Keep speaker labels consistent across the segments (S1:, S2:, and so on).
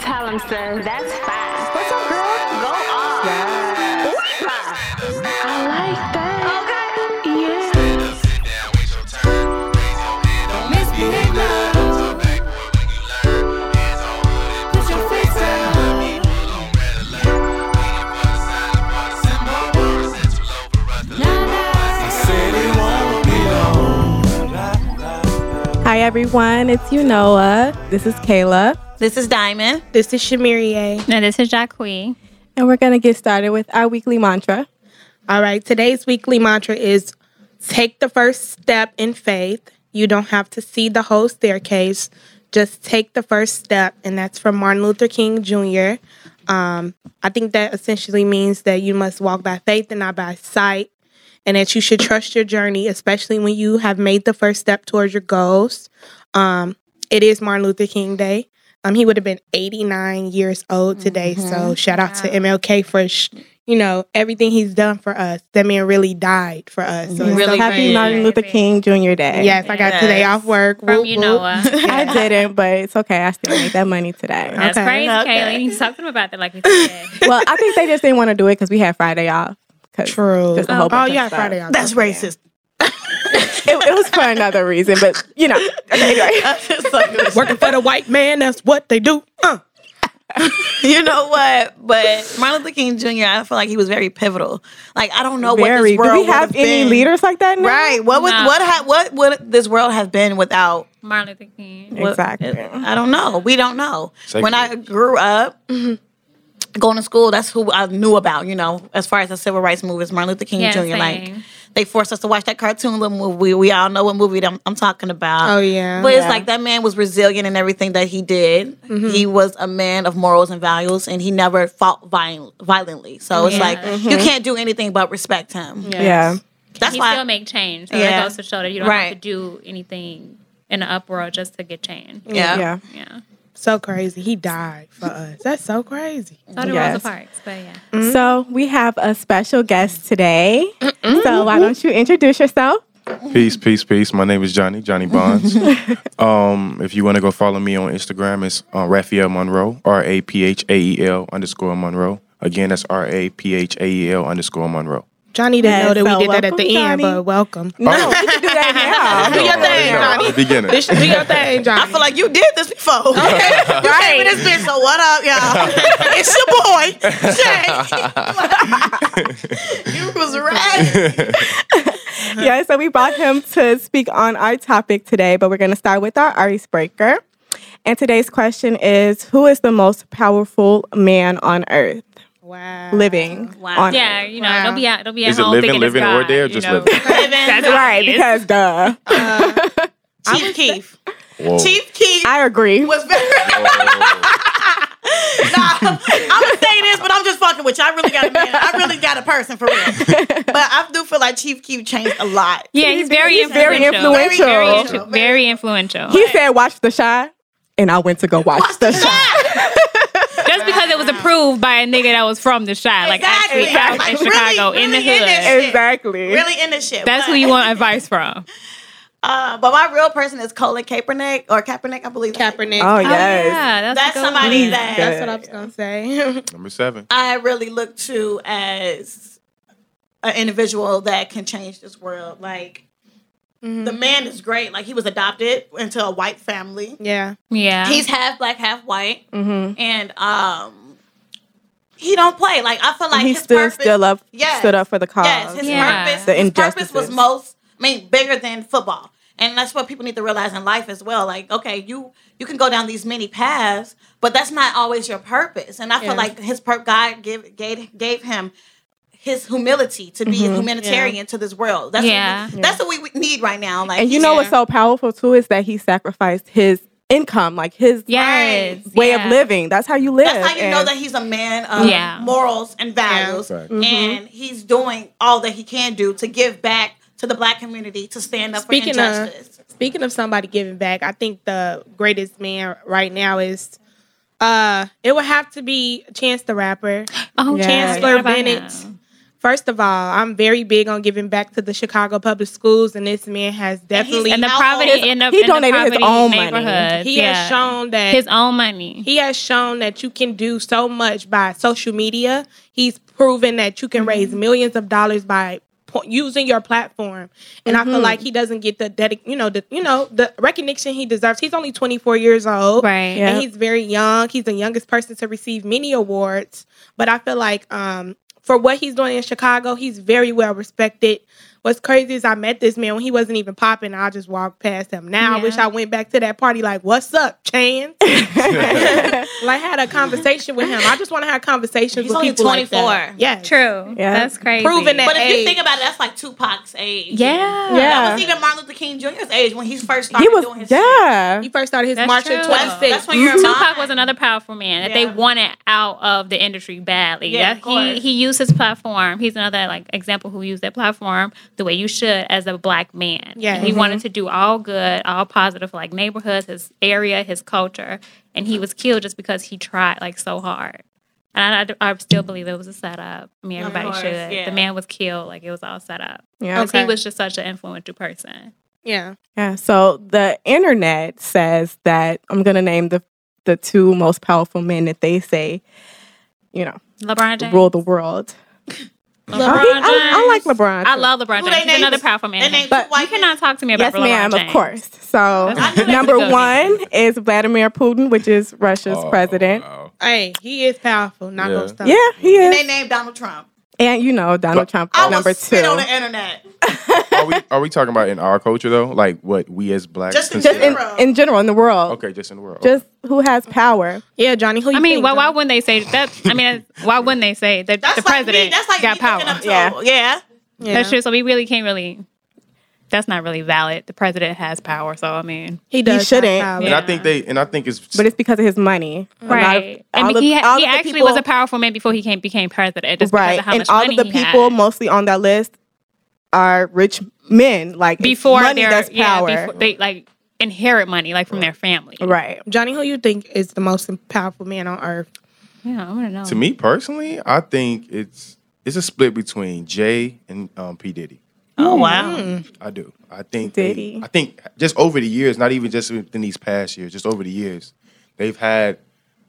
S1: tell him, sir. That's fine. What's up, girl? Go off.
S2: Yes.
S1: Ooh, I like that. Okay. Yeah.
S3: Hi everyone, it's you Noah. This is Kayla,
S4: This is Diamond.
S5: This is Shamirier.
S6: No, this is Jacque.
S3: and we're gonna get started with our weekly mantra.
S5: All right, today's weekly mantra is take the first step in faith. You don't have to see the whole staircase. Just take the first step. And that's from Martin Luther King Jr. Um, I think that essentially means that you must walk by faith and not by sight, and that you should trust your journey, especially when you have made the first step towards your goals. Um, it is Martin Luther King Day. Um, he would have been 89 years old today. So shout out to MLK for, sh- you know, everything he's done for us. That man really died for us. So it's
S4: Really
S5: so-
S3: Happy
S4: Right,
S3: Martin
S6: right,
S3: Luther
S6: right.
S3: King Jr. Day.
S5: yes, I got today off work.
S6: From
S5: Whoop,
S6: you,
S5: whoop.
S6: Noah.
S3: I didn't, but it's okay. I still made that money today.
S6: That's
S5: Okay.
S6: crazy,
S4: Okay.
S6: Kaylee. You talked to him about that like we said.
S3: well, I think they just didn't want to do it because we had Friday off. 'Cause
S5: True.
S3: Just a
S5: Oh,
S3: whole bunch of
S5: yeah,
S3: stuff.
S5: Friday off.
S4: That's racist.
S3: It, it was for another reason, but you know. Okay, anyway.
S5: Working for the white man, that's what they do. Uh.
S4: you know what? But Martin Luther King Jr., I feel like he was very pivotal. Like I don't know what
S3: Very.
S4: this world
S3: Do we
S4: would
S3: have any
S4: been.
S3: leaders like that now?
S4: Right. What would
S6: No.
S4: what ha- what would this world have been without
S6: Martin Luther King.
S4: But
S3: Exactly.
S4: it- I don't know. We don't know.
S7: Sacred.
S4: When I grew up, going to school, that's who I knew about, you know, as far as the civil rights movement, Martin Luther King
S6: Yeah,
S4: Jr. Like,
S6: same.
S4: they forced us to watch that cartoon little movie. We all know what movie that I'm, I'm talking about.
S5: Oh, yeah.
S4: But it's
S3: Yeah.
S4: like that man was resilient in everything that he did. He was a man of morals and values, and he never fought viol- violently. So it's
S6: Yeah.
S4: like, you can't do anything but respect him.
S3: Yeah.
S4: That's
S6: He
S4: why.
S6: still make change. So
S4: Yeah.
S6: that goes to show that you don't
S4: Right.
S6: have to do anything in the uproar just to get change.
S4: yeah.
S3: Yeah.
S6: Yeah.
S5: So crazy. He died for us. That's so crazy.
S6: So do
S3: Yes.
S6: Rosa Parks, but yeah.
S3: Mm-hmm. So we have a special guest today. So why don't you introduce yourself?
S7: Peace, peace, peace. My name is Johnny, Johnny Bonds. um, if you want to go follow me on Instagram, it's uh, Raphael Monroe, R A P H A E L underscore Monroe. Again, that's R A P H A E L underscore Monroe.
S5: Johnny didn't
S3: Yes,
S5: know that
S3: so
S5: we did that at the
S3: welcome,
S5: end,
S3: Johnny.
S5: but welcome.
S3: No, we can do that now.
S5: Do your
S7: Oh, there
S5: thing,
S7: you go.
S5: Johnny.
S7: The beginning.
S5: Do your thing, Johnny.
S4: I feel like you did this before. you came in this bitch, so what up, y'all? it's your boy, Jay. you was right.
S3: yeah, so we brought him to speak on our topic today, but we're going to start with our icebreaker. And today's question is Who is the most powerful man on earth
S5: wow.
S3: living?
S4: Wow.
S3: On
S6: Yeah, you know,
S5: Wow.
S6: don't be out, don't be at
S7: Is it
S6: home
S7: living,
S6: thinking it's
S7: living, or
S6: God,
S7: dead, or
S6: you
S7: just
S6: know?
S7: living?
S6: That's
S3: Earth? Right,
S6: obvious.
S3: because duh.
S4: Chief Keith.
S7: Whoa.
S4: Chief Keith
S3: I agree.
S4: was very. nah, I'm gonna say this, but I'm just fucking with you. I really got a man. I really got a person for real. But I do feel like Chief Keith changed a lot.
S6: yeah, he's very
S3: He's very
S6: influential.
S3: influential.
S6: Very,
S4: influential.
S6: influ- very influential.
S3: He said, Watch the shot. And I went to go watch, the, shot.
S6: Just because it was approved by a nigga that was from the shot, like
S4: Exactly.
S6: actually out in
S4: Like,
S6: Chicago,
S4: really,
S6: in the
S4: really in
S6: hood.
S4: it.
S3: Exactly.
S4: Really in the shit.
S6: That's who
S4: But-
S6: you want advice from.
S4: Uh, but my real person is Colin Kaepernick or Kaepernick, I believe.
S5: Kaepernick.
S3: Oh, yes.
S6: yeah,
S4: That's
S6: a good one.
S4: somebody that
S5: That's what I was gonna say.
S7: Number seven.
S4: I really look to as an individual that can change this world. Like
S6: Mm-hmm.
S4: the man is great. Like he was adopted into a white family.
S5: yeah.
S6: Yeah,
S4: He's
S3: Um,
S4: half black, half white,
S3: Mm-hmm.
S4: and um, he don't play. Like I feel like
S3: He
S4: his
S3: still
S4: purpose,
S3: stood up,
S4: Yes.
S3: stood up for the cause.
S4: Yes, his
S6: Yeah.
S4: purpose.
S3: The
S4: his purpose was
S3: injustices.
S4: most. I mean, bigger than football, and that's what people need to realize in life as well. Like, okay, you you can go down these many paths, but that's not always your purpose. And I
S5: Yeah.
S4: feel like his per- God gave, gave gave him his humility to
S3: Mm-hmm.
S4: be a humanitarian to this world. That's
S6: Yeah.
S4: what we, that's what we- we need right now. Like,
S3: And you
S4: he's-
S3: know what's so powerful too is that he sacrificed his income, like his
S6: yes,
S3: way
S6: yeah.
S3: of living. That's how you live.
S4: That's how you know
S3: And-
S4: that he's a man of
S6: Yeah. Mm-hmm.
S4: morals and values,
S7: Right.
S4: and he's doing all that he can do to give back to the black community to stand up
S5: Speaking
S4: for
S5: of-
S4: injustice.
S5: Speaking of somebody giving back, I think the greatest man right now is uh it would have to be Chance the Rapper.
S6: Oh,
S3: Yeah.
S6: Chancellor
S5: Chancellor
S6: Bennett.
S5: Bennett First of all, I'm very big on giving back to the Chicago public schools, and this man has definitely
S6: And the
S4: How old-
S6: poverty in the
S3: he
S6: in the
S3: donated his
S6: poverty
S3: own money.
S6: neighborhoods,
S5: he
S6: yeah.
S5: has shown that
S6: his own money.
S5: he has shown that you can do so much by social media. He's proven that you can
S6: Mm-hmm.
S5: raise millions of dollars by po- using your platform. And I feel
S6: Mm-hmm.
S5: like he doesn't get the dedic- you know, the you know, the recognition he deserves. He's only 24 years old.
S6: Right.
S5: And
S3: Yep.
S5: he's very young. He's the youngest person to receive many awards, but I feel like um for what he's doing in Chicago, he's very well respected. What's crazy is I met this man when he wasn't even popping. I just walked past him. Now I
S6: Yeah.
S5: wish I went back to that party. Like, what's up, Chance? like had a conversation with him. I just want to have conversations
S4: He's
S5: with
S4: only
S5: people like
S4: 24.
S5: that. Yeah,
S6: True.
S3: Yeah.
S6: That's crazy.
S5: Proving that.
S4: But if you
S5: age.
S4: think about it, that's like Tupac's age.
S6: Yeah.
S3: Yeah.
S4: That was even Martin Luther King Jr.'s age when he first started
S3: He was,
S4: doing his shit.
S3: yeah.
S5: He first started his
S6: That's
S5: march at
S6: true.
S5: 26.
S4: That's when you're
S6: Tupac
S4: mine.
S6: was another powerful man that they
S4: Yeah.
S6: wanted out of the industry badly.
S4: Yeah,
S6: Yeah,
S4: of course.
S6: he he used his platform. He's another like example who used that platform the way you should as a black man.
S5: Yeah.
S4: Mm-hmm.
S6: And he wanted to do all good, all positive, for, like neighborhoods, his area, his culture, and he was killed just because he tried like so hard. And I, I still believe it was a setup. I mean,
S4: Of
S6: everybody
S4: course,
S6: should.
S4: yeah.
S6: The man was killed. Like it was all set up.
S3: Yeah.
S6: Because
S5: Okay.
S6: he was just such an influential person.
S5: yeah.
S3: Yeah. So the internet says that I'm gonna name the the two most powerful men that they say, you know,
S6: LeBron James.
S3: rule the world.
S6: LeBron
S3: Oh, he- I, I like LeBron.
S6: I
S3: too.
S6: love Lebron
S4: Who
S6: James.
S4: they
S6: He's
S4: named-
S6: another powerful
S4: they
S6: man.
S4: named
S3: But
S4: two white
S6: you cannot talk to me about
S3: Yes,
S6: LeBron
S3: ma'am,
S6: James.
S3: of course. So
S6: That's- I knew
S3: number
S6: that's a
S3: one
S6: good
S3: is Vladimir Putin, which is Russia's president.
S7: Oh, wow.
S5: Hey, he is powerful. Not
S7: Yeah.
S5: gonna stop.
S3: Yeah, he
S4: And they
S3: is.
S4: named Donald Trump.
S3: And you know Donald
S7: But-
S3: Trump
S4: I
S3: number
S4: will spit
S3: two.
S4: on the internet.
S7: Are we are we talking about in our culture though? Like what we as blacks
S4: Just in
S3: Just in,
S4: general.
S3: in general in the world.
S7: Okay, just in the world.
S3: Just who has power.
S5: Yeah, Johnny. Who you
S6: I mean,
S5: think,
S6: why, why
S5: Johnny?
S6: wouldn't they say that? I mean, why wouldn't they say that
S4: That's
S6: the
S4: like
S6: president
S4: me. That's like
S6: got
S4: me
S6: power?
S4: looking up to-
S3: Yeah.
S4: yeah.
S5: Yeah.
S6: That's true. So we really can't really. That's not really valid. The president has power, so I mean,
S5: He does. have
S3: shouldn't.
S5: power.
S7: and I
S6: yeah.
S7: think they and I think it's
S3: But it's because of his money. A lot of-
S6: I
S3: all
S6: mean,
S3: of-
S6: he,
S3: all
S6: ha- he
S3: of the
S6: actually
S3: people-
S6: was a powerful man before he came became president. Just because of how
S3: and
S6: much
S3: all of
S6: money
S3: the
S6: he
S3: people
S6: had.
S3: mostly on that list are rich men. Like it's
S6: before
S3: money,
S6: their
S3: that's
S6: yeah,
S3: power.
S6: before- they like inherit money like from their family.
S3: right.
S5: Johnny, who you think is the most powerful man on earth?
S6: Yeah, I want to know.
S7: to me personally, I think it's it's a split between Jay and um, P Diddy.
S4: Oh wow.
S7: I do. I think they-
S3: Diddy.
S7: I think just over the years, not even just within these past years, just over the years, they've had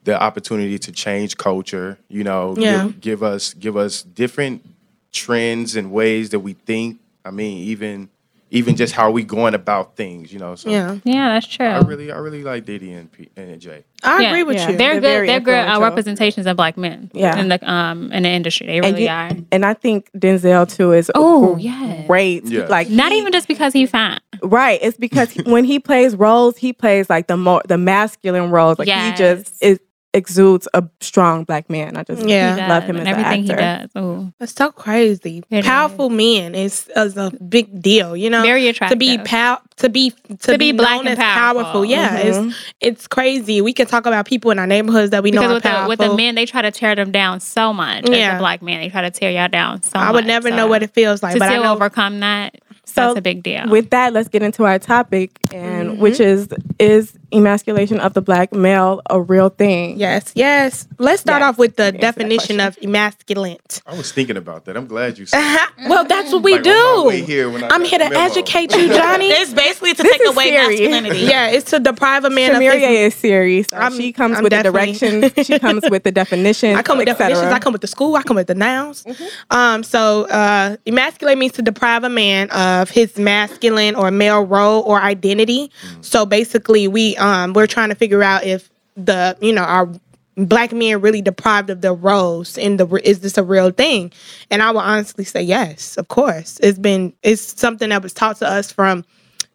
S7: the opportunity to change culture. You know,
S5: Yeah.
S7: give, give us give us different trends and ways that we think. I mean, even even just how we going about things. You know, so
S5: Yeah,
S6: yeah, that's true.
S7: I really I really like Diddy and P- and Jay.
S5: I
S6: Yeah.
S5: agree with
S3: Yeah.
S5: you.
S6: They're,
S3: They're very
S6: good. They're good uh,
S3: influential.
S6: representations of black men.
S3: Yeah.
S6: in the um in the industry, they really
S3: and you-
S6: are.
S3: and I think Denzel too is
S6: Oh,
S3: gr-
S6: yes.
S3: great.
S7: Yes.
S3: Like
S6: Not
S3: he-
S6: even just because he's fine.
S3: right. It's because he- when he plays roles, he plays like the more the masculine roles. Like
S6: Yes.
S3: he just is, exudes a strong black man. I just
S5: Yeah.
S6: He
S3: love
S6: does,
S3: him as an
S6: and everything
S3: actor.
S6: he does. Ooh.
S5: That's so crazy.
S6: It
S5: Powerful men is, is a big deal, you know.
S6: Very
S5: to be
S6: attractive.
S5: pow- to be to, be, black and powerful. Yeah, it's it's crazy. We can talk about people in our neighborhoods that we
S6: Because
S5: know are
S6: with the,
S5: powerful.
S6: with the men, they try to tear them down so much. As
S5: Yeah.
S6: a black man, they try to tear y'all down so much.
S5: I would never
S6: so.
S5: know what it feels like,
S6: to
S5: but I
S6: still
S5: know
S6: overcome that.
S3: So,
S6: that's a big deal.
S3: With that, let's get into our topic, and which is
S6: Mm-hmm.
S3: is emasculation of the black male a real thing?
S5: Yes, yes. Let's start
S3: Yes.
S5: off with the
S3: Answer that
S5: definition of emasculate.
S7: I was thinking about that. I'm glad you said. that.
S5: well, that's what we
S7: Like, on my way
S5: do.
S7: Here when I
S5: I'm
S7: got
S5: here to
S7: the memo.
S5: educate you, Johnny.
S4: It's basically to take
S3: is
S4: away
S3: scary.
S4: masculinity.
S5: yeah, it's to deprive a man of his.
S3: Shamiria is serious.
S5: I'm-
S3: she comes
S5: I'm
S3: with
S5: definitely-
S3: the directions. She comes with the definitions.
S5: I come with
S3: et cetera. Mm-hmm.
S5: definitions. I come with the school. I come with the nouns. Um, so uh, emasculate means to deprive a man of his masculine or male role or identity. So basically, we um, we're trying to figure out if the you know our black men really deprived of their roles and the is this a real thing? And I will honestly say yes, of course. It's been it's something that was taught to us from.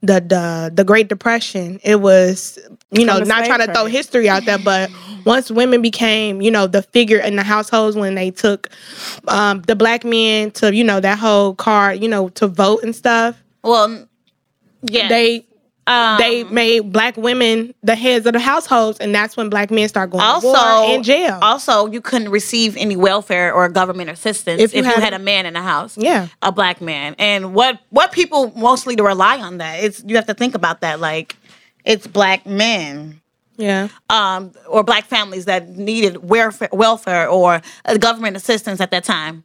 S5: The, the the Great Depression. It was you know
S3: From the
S5: not
S3: slave
S5: trying to throw
S3: trade.
S5: his history out there, but once women became, you know, the figure in the households when they took um, the black men to, you know, that whole card, you know, to vote and stuff,
S4: Well, yeah.
S5: they
S4: um,
S5: they made black women the heads of the households, and that's when black men start going to
S4: also
S5: war in jail.
S4: Also, you couldn't receive any welfare or government assistance if you, had, a man in the house.
S5: Yeah.
S4: a black man. And what what people mostly to rely on that it's you have to think about that. Like it's black men.
S5: yeah,
S4: Um, or black families that needed welfare, welfare or uh, government assistance at that time.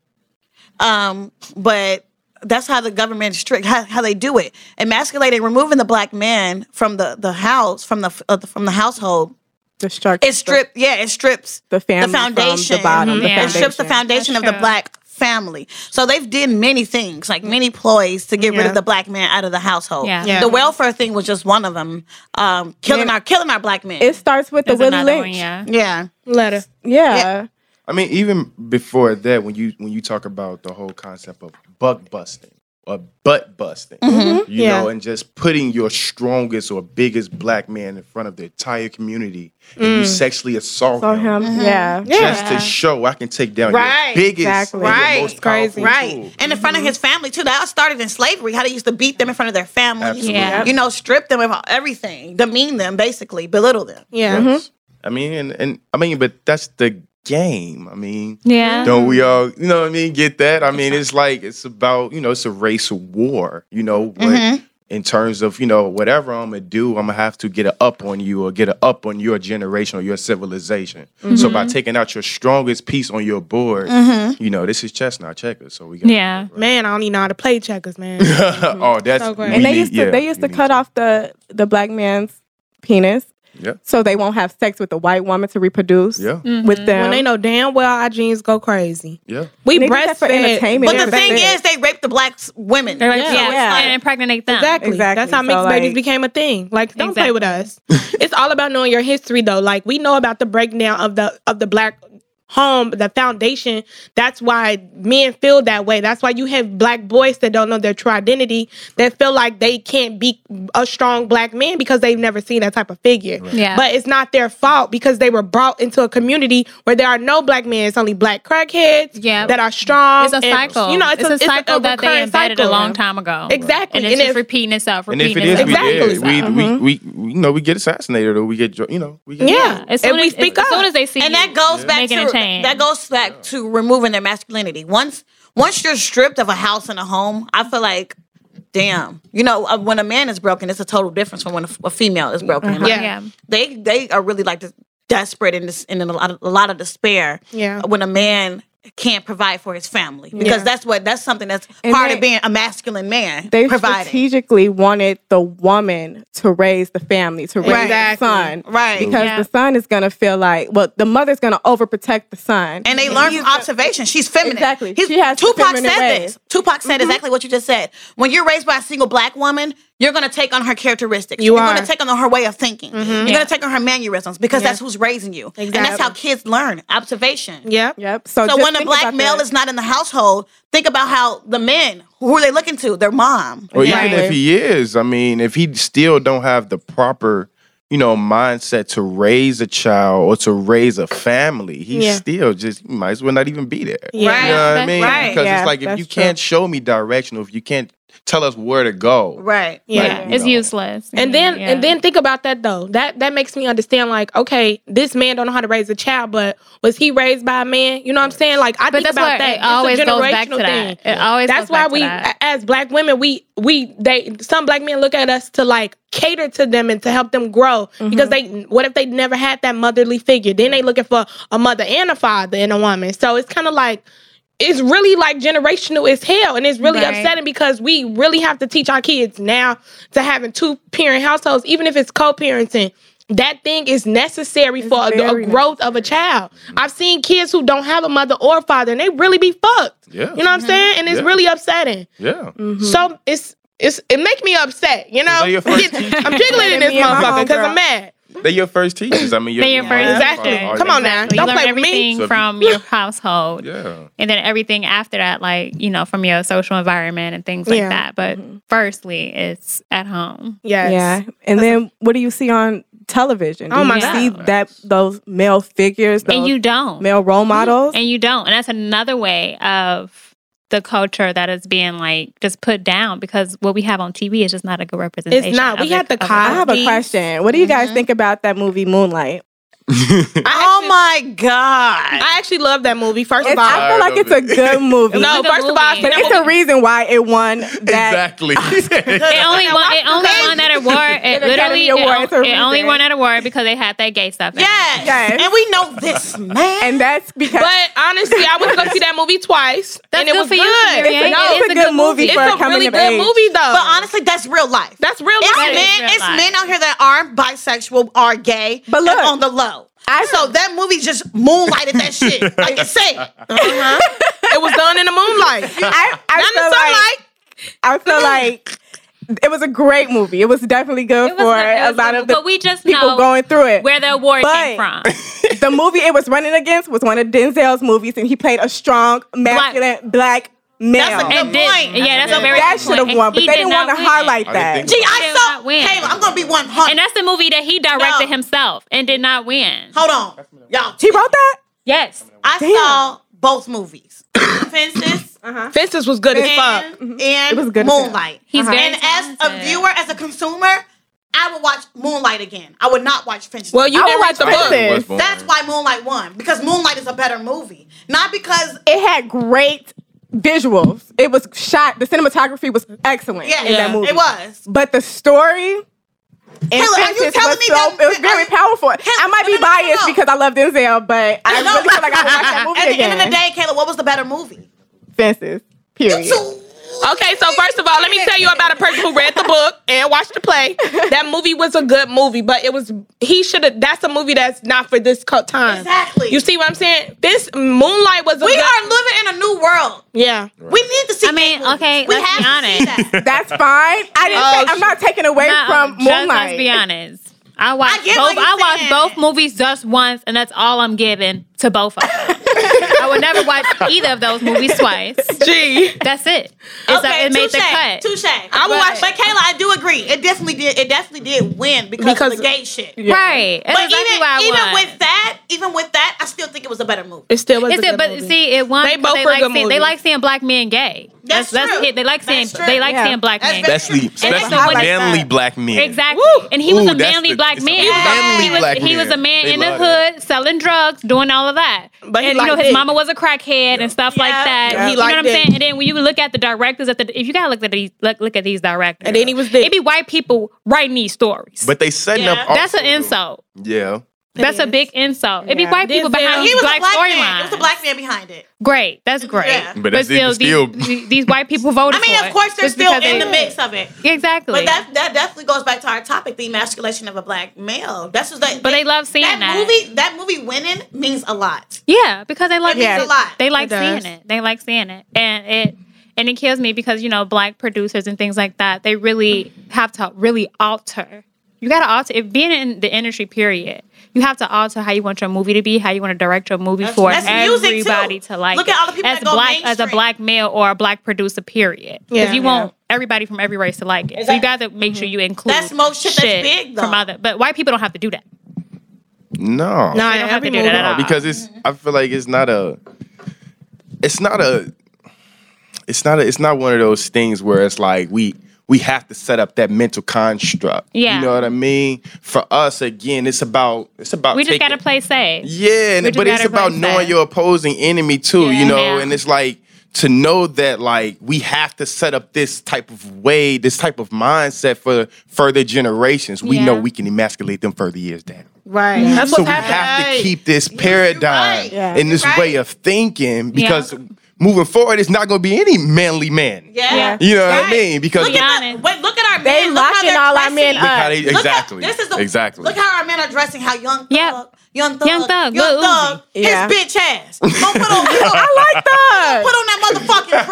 S4: Um, but that's how the government is trick how, how they do it. Emasculating, removing the black man from the, the house from the, uh, the from the household.
S3: The structure.
S4: It strips. Yeah, it strips
S3: the family from the
S4: foundation. Mm-hmm.
S3: bottom, the
S6: Mhm. Yeah.
S4: It strips the foundation
S6: That's
S4: of the
S6: true.
S4: black family. So they've did many things, like many ploys to get rid
S5: Yeah.
S4: of the black man out of the household.
S6: Yeah. Yeah.
S4: The welfare thing was just one of them. Um, killing our killing our black men.
S3: It starts with the
S6: There's
S3: Willie
S6: another
S3: Lynch.
S6: one, yeah.
S4: yeah.
S5: Letter.
S3: Yeah.
S7: I mean, even before that, when you when you talk about the whole concept of buck busting or butt busting,
S3: Mm-hmm.
S7: you
S5: Yeah.
S7: know, and just putting your strongest or biggest black man in front of the entire community, and you sexually assault
S3: So
S7: him.
S3: Oh, him. Yeah.
S7: Just to show I can take down
S4: Right.
S7: your biggest,
S3: Exactly.
S7: and your
S4: Right.
S7: most
S5: Crazy.
S7: powerful
S4: Right.
S7: tool.
S4: And in
S3: Mm-hmm.
S4: front of his family too. That started in slavery. How they used to beat them in front of their families.
S7: Absolutely.
S6: Yeah.
S4: You know, strip them of everything, demean them, basically, belittle them.
S5: Yeah.
S3: Mm-hmm.
S7: Yes. I mean, and, and I mean, but that's the game. I mean,
S6: Yeah.
S7: Don't we all, you know what I mean, get that? I mean, it's like, it's about, you know, it's a race war, you know, what,
S3: Mm-hmm.
S7: in terms of, you know, whatever I'm going to do, I'm going to have to get a up on you or get a up on your generation or your civilization. So
S3: Mm-hmm.
S7: by taking out your strongest piece on your board, you know, this is chess, not checkers. So we got,
S6: Yeah.
S5: Man, I don't even know how to play checkers, man.
S7: oh, that's,
S5: So great.
S7: we
S3: And they
S7: need-
S3: used to
S7: yeah,
S3: they used to
S7: we need
S3: cut off the the black man's penis.
S7: Yeah.
S3: So they won't have sex with the white woman to reproduce
S7: Yeah.
S3: with them.
S5: when they know damn well our genes go crazy.
S7: Yeah.
S5: We
S3: They do that for
S5: breastfed.
S3: entertainment.
S4: But
S3: Yeah,
S4: the
S3: that's
S4: thing
S3: it.
S4: is, they raped the black s- women.
S6: They're like,
S5: Yeah.
S6: yeah.
S3: Yeah.
S6: And impregnate them.
S5: Exactly.
S3: Exactly.
S5: That's how
S3: So,
S5: mixed
S3: like-
S5: babies became a thing. Like, don't play with us. it's all about knowing your history, though. Like, we know about the breakdown of the of the black home, the foundation. That's why men feel that way. That's why you have black boys that don't know their true identity that feel like they can't be a strong black man because they've never seen that type of figure.
S6: Yeah.
S5: But it's not their fault because they were brought into a community where there are no black men. It's only black crackheads
S6: Yeah.
S5: that are strong.
S6: It's a
S5: and,
S6: cycle.
S5: You know, it's, a,
S6: cycle that they
S5: recurring
S6: embedded
S5: cycle.
S6: a long time ago.
S5: Exactly.
S6: And it's
S5: And
S6: just
S5: if-
S6: repeating itself,
S7: And if
S6: repeating
S7: it is,
S6: itself.
S7: we
S5: Exactly.
S7: did. We,
S3: Mm-hmm.
S7: we, we, we, you know, we get assassinated or we get, dr- you know, we get.
S5: Yeah.
S6: As
S5: If
S6: soon
S5: we
S6: as,
S5: speak
S6: as,
S5: up.
S6: soon as they see
S4: and
S6: you
S4: that goes back
S6: making
S4: to
S6: a change.
S4: that goes back to removing their masculinity. Once once you're stripped of a house and a home, I feel like, damn, you know, uh, when a man is broken, it's a total difference from when a, f- a female is broken. Like,
S5: Yeah.
S6: Mm-hmm. yeah.
S4: they they are really like des- desperate and dis- and in a lot of, a lot of despair.
S5: Yeah.
S4: when a man can't provide for his family because
S5: Yeah.
S4: that's what that's something that's
S3: And
S4: part
S3: they-
S4: of being a masculine man.
S3: they
S4: providing.
S3: strategically wanted the woman to raise the family, to raise
S5: Exactly.
S3: the son.
S4: Right.
S3: Because
S6: Yeah.
S3: the son is going to feel like, well, the mother's going to overprotect the son.
S4: And they learn from observation. She's feminine.
S3: Exactly.
S4: He's,
S3: She has
S4: Tupac
S3: feminine Mm-hmm.
S4: said
S3: ways.
S4: this. Tupac said exactly what you just said. When you're raised by a single black woman, you're going to take on her characteristics.
S5: You
S4: are going
S5: are.
S4: to take on her way of thinking.
S3: Mm-hmm.
S4: You're
S6: Yeah.
S4: going to take on her mannerisms because that's who's raising you. And that's
S5: Exactly.
S4: how kids learn observation.
S5: Yeah.
S3: yep. So,
S4: So
S3: just
S4: when a
S3: think
S4: black
S3: about
S4: male
S3: that.
S4: is not in the household, think about how the men who are they looking to? Their mom.
S7: Or
S5: Yeah.
S7: even if he is, I mean, if he still don't have the proper, you know, mindset to raise a child or to raise a family, he
S5: Yeah.
S7: still just he might as well not even be there.
S5: Yeah.
S7: You know what I
S6: Right.
S7: mean?
S4: Right.
S7: Because
S3: Yeah,
S7: it's like if
S3: that's
S7: you can't show me direction, or if you can't tell us where to go,
S4: Right.
S5: Yeah.
S6: Yeah. It's
S7: know.
S6: useless.
S5: And then
S6: Yeah.
S5: and then think about that though. That that makes me understand like, okay, this man don't know how to raise a child, but was he raised by a man? You know what I'm saying? Like I
S6: But
S5: think
S6: that's why
S5: about that.
S6: it always
S5: it's a
S6: goes
S5: generational
S6: back to
S5: thing.
S6: that. It always
S5: that's
S6: goes
S5: why
S6: back to
S5: we
S6: that.
S5: a- as black women, we we they some black men look at us to like cater to them and to help them grow
S6: Mm-hmm.
S5: because they what if they never had that motherly figure? Then they looking for a mother and a father and a woman. So it's kind of like it's really like generational as hell and it's really
S6: Right.
S5: upsetting because we really have to teach our kids now to having two parent households even if it's co-parenting that thing is necessary for a,
S3: very
S5: a growth of a child i've seen kids who don't have a mother or father and they really be fucked you
S7: Yeah.
S5: know what
S3: Mm-hmm.
S5: i'm saying and it's
S7: Yeah.
S5: really upsetting
S7: Yeah.
S5: so it's it's it make me upset you know
S7: They're your first teachers.
S5: i'm jiggling in this
S3: Me and my
S5: motherfucker because
S3: homegirl.
S5: i'm mad
S7: They're your first teachers. I mean,
S6: They're your first
S5: Exactly.
S6: teachers.
S5: Come on now.
S6: Exactly.
S5: Don't
S6: you
S5: play
S6: learn
S5: with me.
S6: everything
S7: So if-
S6: from your household.
S7: Yeah.
S6: And then everything after that, like, you know, from your social environment and things like
S5: Yeah. Mm-hmm.
S6: that. But firstly, it's at home.
S5: yes
S3: Yeah. And then what do you see on television? Do
S5: Oh my
S3: you
S5: God.
S3: see that those male figures, those
S6: And you don't.
S3: male role models?
S6: and you don't. And that's another way of the culture that is being like just put down because what we have on TV is just not a good representation.
S5: not.
S6: of
S5: We
S6: the-
S5: had the
S6: of
S5: cops.
S3: I have a
S5: these-
S4: Mm-hmm.
S3: question. What do you guys think about that movie Moonlight?
S4: oh my God.
S5: I actually love that movie. First of
S3: It's-
S5: all,
S3: I feel like
S7: Tired
S3: it's
S7: of
S3: a good movie.
S5: no.
S6: It's a
S5: First of all, I
S6: movie.
S5: said
S3: but
S5: that
S3: it's a reason why it won that.
S7: Exactly.
S6: It only won. It only won that award. It
S3: An Academy
S6: literally.
S3: Award,
S6: It,
S3: it's a
S6: on- it only
S3: reason.
S6: won that award because they had that gay stuff. In it.
S4: Yes.
S3: Yes.
S4: And we know this man.
S3: And that's because
S5: But honestly, I went to go see that movie twice,
S6: That's
S5: and it
S6: good
S5: was
S6: for you,
S5: good.
S6: Samira.
S3: No,
S6: it
S3: it's
S6: is
S3: a good movie
S5: It's
S3: for
S5: a
S3: coming
S5: really
S3: of age.
S5: good movie, though.
S4: but honestly, that's real life.
S5: that's real
S4: it's
S5: life.
S6: is
S4: men,
S6: real
S4: it's
S6: life.
S4: men out here that aren't bisexual, are gay,
S3: But
S4: and
S3: look,
S4: on the low.
S3: I-
S4: so that movie just moonlighted that shit. Like it said,
S5: it was done in the moonlight,
S3: Uh-huh. I,
S5: not in the
S3: I
S5: sunlight.
S6: Mm.
S3: feel like I feel like it was a great movie. It was definitely good
S6: It was
S3: for
S6: not- it
S3: a
S6: was
S3: lot
S6: good,
S3: of the
S6: but we just
S3: people
S6: know
S3: going through it.
S6: where the award came from.
S3: But- the movie it was running against was one of Denzel's movies, and he played a strong, masculine, black, male.
S4: That's a good
S6: And
S4: Good
S6: did,
S4: point.
S6: yeah, that's a very
S3: that
S6: good
S3: should have
S6: point. And
S3: won, but
S6: he
S3: they
S6: did
S3: didn't
S6: not
S3: want to
S6: win.
S3: highlight
S7: I
S3: that.
S7: didn't
S4: gee,
S7: think
S4: I
S6: did
S4: saw.
S6: not win.
S4: Kayla, I'm gonna be one hundred.
S6: And that's the movie that he directed
S4: No.
S6: himself and did not win.
S4: Hold on, y'all.
S3: He wrote that.
S6: Yes.
S4: I
S3: Damn.
S4: saw both movies, Fences
S5: Fences was good as fuck.
S4: and, and
S3: Mm-hmm. It was good as hell.
S4: Moonlight.
S6: He's very
S4: and as a
S6: talented.
S4: viewer, as a consumer, I would watch Moonlight again. I would not watch Fences.
S5: Well, you
S3: I
S5: didn't
S3: would
S5: write the
S3: watch
S5: book.
S3: Fences.
S7: It was boring.
S4: that's why Moonlight won because Moonlight is a better movie, not because
S3: It had great visuals. It was shot. The cinematography was excellent
S4: yeah,
S3: in that movie.
S4: it was.
S3: But the story. in
S4: Kayla, are you
S3: Fences
S4: telling
S3: was
S4: me
S3: so,
S4: that-
S3: it was very
S4: are-
S3: powerful? I might be
S4: no, no, no, no,
S3: biased
S4: no.
S3: because I love Denzel, but I
S4: No,
S3: really feel like I would watch that movie
S4: At the
S3: again.
S4: end of the day, Kayla, what was the better movie?
S3: Fences. Period.
S5: Okay, so first of all, let me tell you about a person who read the book and watched the play. That movie was a good movie, but it was he should have. That's a movie that's not for this co- time.
S4: Exactly.
S5: You see what I'm saying? This Moonlight was a
S4: We
S5: good.
S4: are living in a new world.
S5: yeah.
S4: We need to see.
S6: I mean,
S4: gay movies.
S6: okay,
S4: we
S6: let's
S4: have
S6: be
S4: to see
S6: honest.
S4: that.
S3: That's fine. I didn't.
S5: Oh,
S3: take, I'm not um, taking away
S6: No,
S3: from
S6: just let's
S3: Moonlight.
S6: be honest. I watched
S4: get
S6: both.
S4: what you're
S6: I watched
S4: saying.
S6: both movies just once, and that's all I'm giving to both of them. I would never watch either of those movies twice.
S5: Gee.
S6: That's it. It's
S4: okay,
S6: it made the
S4: touche,
S6: cut.
S4: Touche.
S5: I would
S4: but,
S5: watch-
S4: But Kayla, I do agree. It definitely did. It definitely did win because,
S5: Because-
S4: of the gay shit.
S6: Right. That's
S4: But
S6: exactly
S4: even
S6: why I
S4: even
S6: won.
S4: with that, even with that, I still think it was a better movie.
S5: It still was.
S6: It's
S5: a
S6: it,
S5: good
S6: but
S5: movie.
S6: see, it won.
S5: They
S6: 'cause
S5: both were
S6: like
S5: good
S6: seeing, They
S5: movies.
S6: like seeing black men gay.
S4: That's true.
S6: it. They like seeing.
S4: That's true.
S6: They like
S3: Yeah.
S6: seeing black
S4: That's
S6: men.
S4: very-
S7: Especially, especially
S6: I like
S7: manly
S4: that.
S7: black men.
S6: Exactly. And he was
S7: Ooh,
S6: a
S7: that's
S6: manly
S7: the-
S6: black
S7: it's a
S6: man.
S7: manly
S6: he was,
S7: black
S6: he was a
S7: man.
S6: man
S7: They
S6: in the
S7: love
S6: hood selling drugs, doing all of that.
S5: But he
S6: and, you know,
S5: liked
S6: his
S5: it.
S6: mama was a crackhead and stuff like
S4: Yeah.
S6: that.
S5: Yeah. He
S6: You know what
S5: liked
S6: I'm
S5: it.
S6: saying? And then when you look at the directors at the if you gotta look at these look, look at these directors.
S5: And then he was there.
S6: It be white people writing these stories.
S7: But they setting
S4: Yeah.
S7: up. All
S6: that's an insult.
S7: Yeah.
S6: That's a big insult. It be
S3: Yeah.
S6: white people
S5: Denzel.
S6: behind
S4: He
S6: these
S4: was
S6: black,
S4: a black man. It was a
S6: storylines.
S4: black man behind it.
S6: great. That's great.
S4: Yeah.
S7: But that's it,
S6: still,
S7: it's still-
S6: these, these- these white people voted
S4: I mean,
S6: for
S4: of course,
S6: it
S4: they're
S6: just
S4: still in
S6: because
S4: the
S6: they-
S4: mix of it.
S6: Exactly.
S4: But that that definitely goes back to our topic: the emasculation of a black male. That's just like.
S6: But they love seeing that.
S4: movie. That movie winning means a lot.
S6: Yeah, because they like
S4: It means
S3: Yeah.
S4: a lot.
S6: they like
S5: It
S6: seeing
S5: does.
S6: it. They like seeing it, and it and it kills me because you know black producers and things like that. They really have to really alter. You got to alter. If being in the industry, period, you have to alter how you want your movie to be, how you want to direct your movie for
S4: that's music, too.
S6: everybody to like.
S4: Look
S6: it.
S4: at all the people
S6: as
S4: that go
S6: black as a
S4: mainstream.
S6: black male or a black producer, period. Because
S5: Yeah. Mm-hmm.
S6: you want everybody from every race to like it. So you got to make sure you include
S4: That's most shit that's big, though.
S6: from other. But white people don't have to do that.
S5: Nah,
S7: No.
S6: They don't have
S5: every
S6: to do
S5: movie-
S6: that at all.
S7: because it's I feel like it's not a it's not a it's not a, it's not one of those things where it's like we we have to set up that mental construct.
S6: Yeah.
S7: You know what I mean? For us again, it's about it's about
S6: we just
S7: taking-
S6: got to play safe.
S7: Yeah,
S6: We
S7: and,
S6: just
S7: but it's
S6: gotta
S7: about
S6: play
S7: knowing
S6: safe.
S7: your opposing enemy too, you know,
S6: Yeah.
S7: and it's like to know that like we have to set up this type of way, this type of mindset for further generations. We
S6: Yeah.
S7: know we can emasculate them further years down
S5: right. That's
S7: so
S5: what's
S7: we have
S5: happening.
S7: to keep this paradigm
S4: right. Yeah.
S7: and this
S4: You're right.
S7: way of thinking
S6: Yeah.
S7: because moving forward, it's not going to be any manly man.
S4: Yeah.
S3: Yeah.
S7: You know what I
S4: Right.
S7: mean? Because
S4: Look at the,
S6: honest.
S4: wait, look at our
S3: They
S4: men. Look how
S3: locking
S4: they're
S3: all our men
S4: dressing.
S7: look how
S3: up.
S7: they,
S4: Look how-
S7: exactly,
S4: this is the,
S7: exactly.
S4: Look how our men are dressing. How young thug,
S6: Yep.
S4: young thug,
S6: Young Thug,
S4: young
S6: Lil
S4: thug,
S3: Uzi.
S4: his
S3: Yeah.
S4: bitch ass. Don't put on, put on,
S3: I like
S4: put
S3: that.
S4: on that motherfucking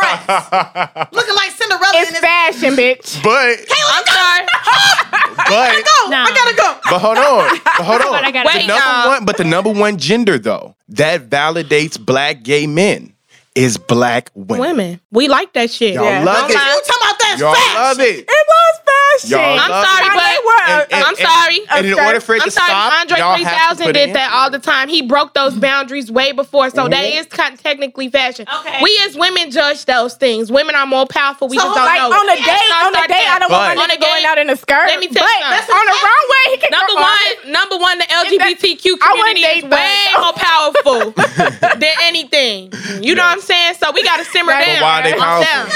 S4: dress, looking like Cinderella. in
S3: It's
S4: this-
S3: fashion, bitch.
S7: but
S4: I'm sorry.
S7: but
S4: Go,
S6: No.
S4: Oh, I gotta go.
S7: but hold on, but hold on.
S6: But I gotta
S5: Wait,
S6: do
S7: the number
S5: y'all.
S7: one, but the number one gender though that validates black gay men is black women.
S5: Women, we like that shit.
S7: Y'all
S3: Yeah.
S7: love
S4: Oh
S5: Don't
S7: it.
S5: lie.
S4: You talking about that
S7: Y'all
S4: fashion?
S7: love it.
S3: It was
S6: bullshit.
S7: Y'all
S5: I'm
S7: love
S5: sorry,
S7: it.
S5: but
S7: And- and-
S5: I'm sorry.
S7: And in order for it
S5: I'm
S7: to
S5: sorry,
S7: stop,
S5: Andre
S7: y'all have to
S5: 3000
S7: put
S5: did
S7: in. Mm-hmm.
S5: that all the time. He broke those boundaries way before, so that is kind of technically fashion.
S4: Okay.
S5: We as women judge those things. Women are more powerful. We
S4: So
S5: just
S4: who-
S5: don't
S3: Like
S5: know.
S3: on a
S5: it.
S3: date, on a
S5: Start
S3: date, I don't
S7: But-
S3: want my
S5: On a
S3: nigga going
S5: date-
S3: out in a skirt.
S5: Let me tell you
S3: but
S5: something.
S3: on the runway, he can
S5: Number
S3: go on.
S5: one, number one, the
S3: Is
S5: LGBTQ
S3: that- I wouldn't
S5: community is
S3: date
S5: way more powerful than anything. You know what I'm saying? So we gotta simmer
S3: But
S5: down.
S7: why are they
S5: I'm
S7: powerful?
S5: down.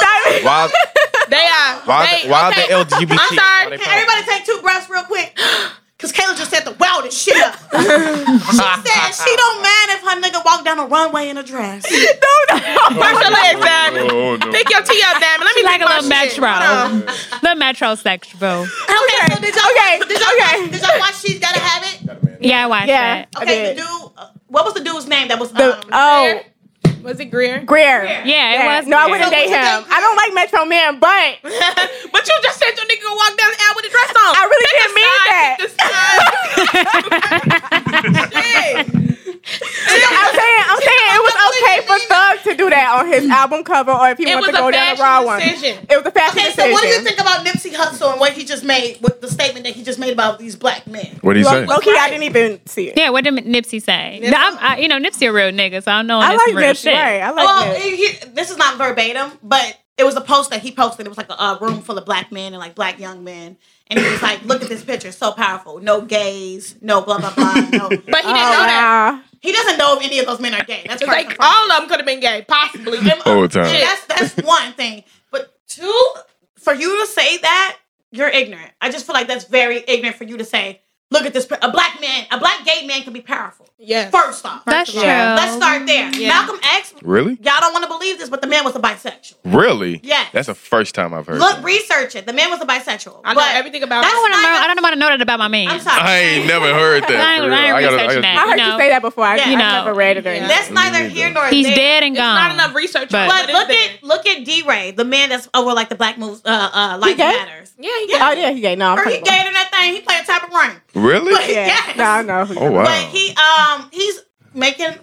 S3: Sorry.
S7: Why,
S5: They are.
S7: why,
S5: they,
S7: why
S5: okay.
S7: the LGBT?
S5: I'm
S7: Why
S5: sorry.
S7: they
S4: Can everybody take two breaths real quick? Cause Kayla just said the wildest shit up. she said she don't mind if her nigga walk down a runway in a dress.
S5: Brush your legs, Diamond.
S7: Oh, no.
S5: Pick your tea up, Diamond. Let me
S6: like a
S5: drink my
S6: little
S5: shit. Hold on.
S6: metro, little metro sexual.
S4: Okay, so did y'all,
S3: okay,
S4: did y'all,
S3: okay.
S4: did y'all watch She's Gotta Have It?
S6: Yeah, I watched
S3: Yeah.
S6: that.
S3: I
S4: Okay, the
S3: did.
S4: dude, uh, what was the dude's name that was
S3: The-
S4: um,
S3: oh,
S5: Was it Greer?
S3: Greer.
S6: Yeah, it
S3: Yeah.
S6: was.
S3: No, I
S6: weird.
S3: wouldn't date him. I don't like Metro Man, but
S5: but you just said your nigga gonna walk down the aisle with a dress on.
S3: I really didn't mean that. I'm saying, I'm saying it was okay for Thug to do that on his album cover, or if he
S5: It
S3: wants to
S5: was a
S3: go down the raw
S5: fashion
S3: one.
S5: decision.
S3: It was a fashion
S4: Okay, so
S3: decision.
S4: what do you think about Nipsey Hussle and what he just made with the statement that he just made about these black men?
S7: What do you
S3: Low-
S7: say?
S3: Low-key, I didn't even see it.
S6: Yeah, what did Nipsey say? No, I'm, I, you know, Nipsey a real nigga, so I don't know.
S3: I
S6: that's
S3: like
S6: some real
S3: Nipsey.
S6: shit.
S3: Right, I like
S4: Well,
S3: Nip.
S4: Oh, he, he- this is not verbatim, but it was a post that he posted. It was like a, uh room full of black men and like black young men, and he was like, "Look at this picture, it's so powerful. No gays, no blah blah blah. No, Um,
S5: But he
S3: Oh,
S5: didn't know that.
S3: wow.
S4: he doesn't know if any of those men are gay. That's
S5: It's like oh,
S4: like
S5: all of them could have been gay, possibly. Them-
S7: All the time.
S4: That's that's one thing, but two, for you to say that you're ignorant. I just feel like that's very ignorant for you to say. Look at this. pi- A black man, a black gay man can be powerful.
S5: Yes.
S4: First off,
S6: That's
S5: First
S6: true.
S5: of all,
S4: let's start there.
S5: Yeah.
S4: Malcolm X.
S7: Really?
S4: Y'all don't want to believe this, but the man was a bisexual.
S7: Really?
S4: Yes.
S7: That's the first time I've heard.
S4: Look,
S7: that.
S4: research it. The man was a bisexual.
S5: I know
S4: But
S5: everything about
S4: that's
S5: him.
S6: I want to
S4: not
S6: know.
S4: even-
S6: I don't want to know that about my man.
S4: I'm sorry.
S7: I ain't never heard that.
S6: I ain't-
S7: for real.
S6: I ain't
S7: gotta-
S6: researching
S7: gotta-
S3: I heard
S6: No.
S3: you say that before. I,
S4: Yeah.
S3: I
S6: You know.
S3: never read it or
S5: Yeah.
S3: anything.
S4: That's neither here nor
S6: He's
S4: there.
S6: dead and
S5: It's
S6: gone.
S5: not enough research.
S6: But-
S5: on
S4: But
S5: it,
S4: look
S5: is
S4: at look at D Ray, the man that's over like the black moves uh uh Life
S3: gay?
S4: Matters.
S5: there? Yeah, he
S3: Oh
S5: got
S3: yeah, he gay. No, I'm
S4: Or he
S3: talking
S4: dated that thing, he played a type of ring.
S7: Really?
S4: But
S3: Yeah,
S4: yes.
S3: no, I know. who you
S7: Oh
S3: are.
S7: wow.
S4: But he um he's making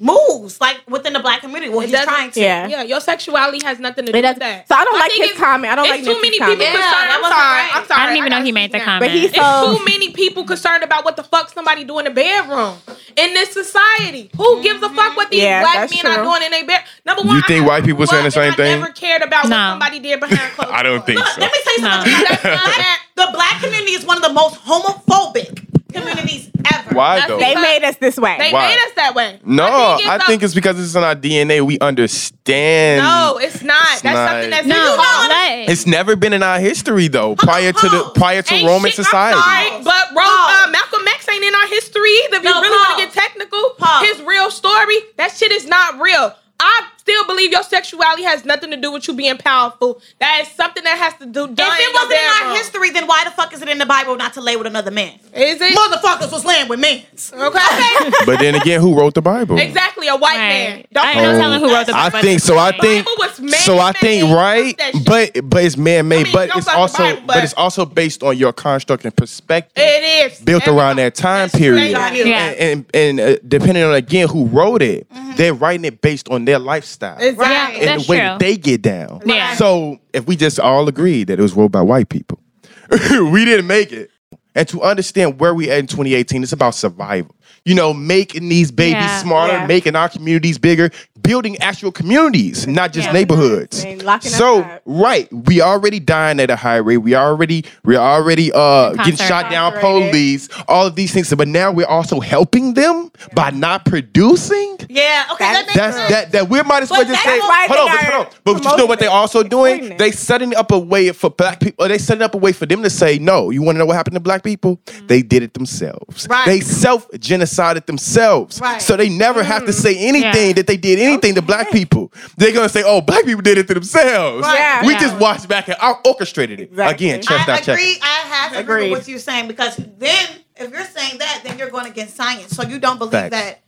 S4: moves like within the black community. Well,
S5: It
S4: he's
S5: doesn't-
S4: trying to.
S3: Yeah.
S5: Yeah, your sexuality has nothing to do
S3: It doesn't-
S5: with that.
S3: So I don't like
S5: think
S3: his
S5: it's-
S3: comment. I don't like
S5: it's too
S3: Nipsey's
S5: many
S3: comment.
S5: people
S4: Yeah,
S5: concerned.
S4: that
S5: I'm
S4: wasn't
S5: sorry.
S4: right.
S5: I'm sorry.
S6: I don't even know
S5: gotta
S6: he made
S5: speak
S6: the
S5: now.
S3: But
S6: comment.
S3: he's
S5: It's
S3: so-
S5: too many people concerned about what the fuck somebody do in the bedroom in this society. Who gives a fuck what these
S3: Yeah,
S5: black
S3: that's
S5: men
S3: true.
S5: are doing in their bed? Number one,
S7: You think
S5: I-
S7: white people saying the
S5: well,
S7: same
S5: I
S7: thing?
S5: Never cared about what
S6: No.
S5: somebody did behind closed
S7: I don't think
S5: doors.
S7: so.
S4: Let me tell you
S6: No.
S4: something.
S5: That's not that.
S4: The black community is one of the most homophobic communities ever.
S7: Why
S5: That's
S7: though?
S3: They
S5: But-
S3: made us this way.
S5: They
S7: Why?
S5: made us that way.
S7: No,
S5: My thing is,
S7: I
S5: though-
S7: think it's because it's in our DNA. We understand.
S5: no, it's not. that's
S7: not.
S5: something that's
S6: no,
S5: wrong.
S6: like,
S7: It's never been in our history though. Prior to the prior to
S5: Ain't
S7: Roman
S5: shit-
S7: society.
S5: I'm sorry, but Ro-
S4: Pause.
S5: uh, Malcolm X ain't in our history either. If
S4: No,
S5: you really want
S4: pause.
S5: to get technical,
S4: Pause.
S5: his real story, that shit is not real. I still believe your sexuality has nothing to do with you being powerful. That is something that has to do. done
S4: If it
S5: in your
S4: wasn't in our
S5: bedroom.
S4: history, then why the fuck is it in the Bible not to lay with another man?
S5: is it?
S4: Motherfuckers was laying with men.
S5: Okay,
S7: But then again, who wrote the Bible?
S5: exactly. A white man.
S6: right.
S5: Don't
S6: I ain't no
S7: Oh.
S6: telling who wrote the
S7: I
S6: book, but-
S7: think so. I
S5: Bible
S7: think
S5: was
S7: so. I think
S5: man-made.
S7: right,
S5: Fuck that shit.
S7: but but it's man-made.
S5: I mean,
S7: but
S5: don't
S7: it's
S5: fuck the
S7: also
S5: Bible,
S7: but,
S5: but-
S7: it's also based on your construct and perspective
S5: it is
S7: built around that time
S5: That's
S7: period.
S5: right.
S4: Yeah.
S7: And and, and uh, depending on again who wrote it,
S5: Mm-hmm.
S7: they're writing it based on their lifestyle
S5: Exactly.
S6: Yeah,
S7: and
S6: that's
S7: the way
S6: true.
S7: that they get down.
S6: Yeah.
S7: So if we just all agree that it was wrote by white people, we didn't make it. And to understand where we at in 2018, it's about survival. You know, making these babies
S6: Yeah.
S7: smarter,
S3: Yeah.
S7: making our communities bigger, building actual communities, not just
S6: Yeah.
S7: neighborhoods.
S3: And locking us
S7: So
S3: up.
S7: right, we already dying at a high rate. We already we already uh getting
S6: Concert.
S7: shot down,
S3: Incarcerated.
S7: police, all of these things. But now we're also helping them by not producing.
S4: Yeah. Okay. That,
S3: That-
S4: makes
S7: That's
S4: sense.
S7: that that we might as well
S4: But
S7: just say.
S4: that's
S3: why
S7: Hold on,
S3: they
S7: but
S3: are
S7: hold on. But you know what they
S3: promoting
S7: also
S3: it,
S7: doing?
S3: exploiting it.
S7: They setting up a way for black people. Or they setting up a way for them to say no. You want to know what happened to black people? They did it themselves.
S4: Right.
S7: They self genocided themselves.
S4: Right.
S7: So they never have to say anything
S6: Yeah.
S7: that they did anything to black people. They're gonna say, oh, black people did it to themselves.
S4: Right.
S3: Yeah.
S7: We
S6: Yeah.
S7: just watched back and I orchestrated it
S3: Exactly.
S7: again. Chest
S4: I
S7: not
S4: agree.
S7: checking.
S4: I have to agree
S3: Agreed.
S4: with what you're saying because then, if you're saying that, then you're going against science. So you don't believe
S7: Facts.
S4: that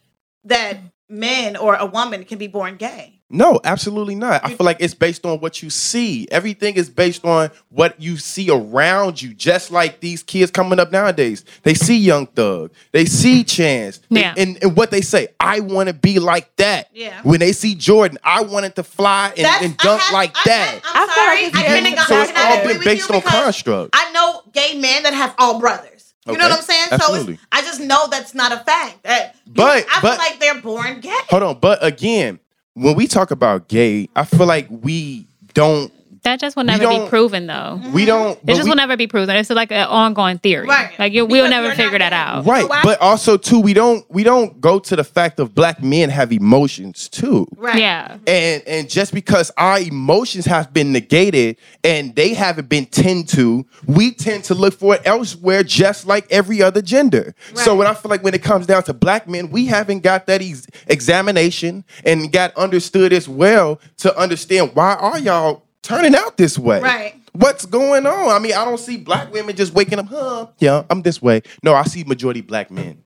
S4: that men or a woman can be born gay.
S7: No, absolutely not. I feel like it's based on what you see. Everything is based on what you see around you. Just like these kids coming up nowadays, they see Young Thug, they see Chance, They-
S6: Yeah.
S7: and, and what they say, I want to be like that.
S4: Yeah.
S7: When they see Jordan, I wanted to fly and,
S4: That's-
S7: and dunk
S4: I have-
S7: like
S4: I,
S7: that.
S4: I, am
S3: I feel
S4: sorry.
S3: like
S4: I
S3: it's
S4: couldn't
S3: different. So
S4: go- I
S3: it's
S4: cannot
S3: all
S4: agree
S7: been
S4: with you
S7: based on
S4: because
S7: construct.
S4: I know gay men that have all brothers. You know
S7: Okay,
S4: what I'm saying? So
S7: absolutely.
S4: it's, I just know that's not a fact. That-
S7: But-
S4: I feel
S7: but-
S4: like they're born gay.
S7: Hold on, but again, when we talk about gay, I feel like we don't,
S6: That just will never be
S7: don't-
S6: proven, though.
S4: Mm-hmm.
S7: we don't.
S6: It
S7: but
S6: just
S7: we-
S6: will never be proven. It's like an ongoing theory.
S4: Right.
S6: Like you, we'll
S4: Because
S6: never
S4: you're
S6: figure
S4: not
S6: that out.
S7: Right, but also too, we don't we don't go to the fact of black men have emotions too.
S4: Right.
S6: Yeah.
S7: and and just because our emotions have been negated and they haven't been tend to, we tend to look for it elsewhere, just like every other gender. So when I feel like when it comes down to black men, we haven't got that ex- examination and got understood as well to understand why are y'all turning out this way.
S4: Right.
S7: What's going on? I mean, I don't see black women just waking up, huh? Yeah, I'm this way. No, I see majority black men.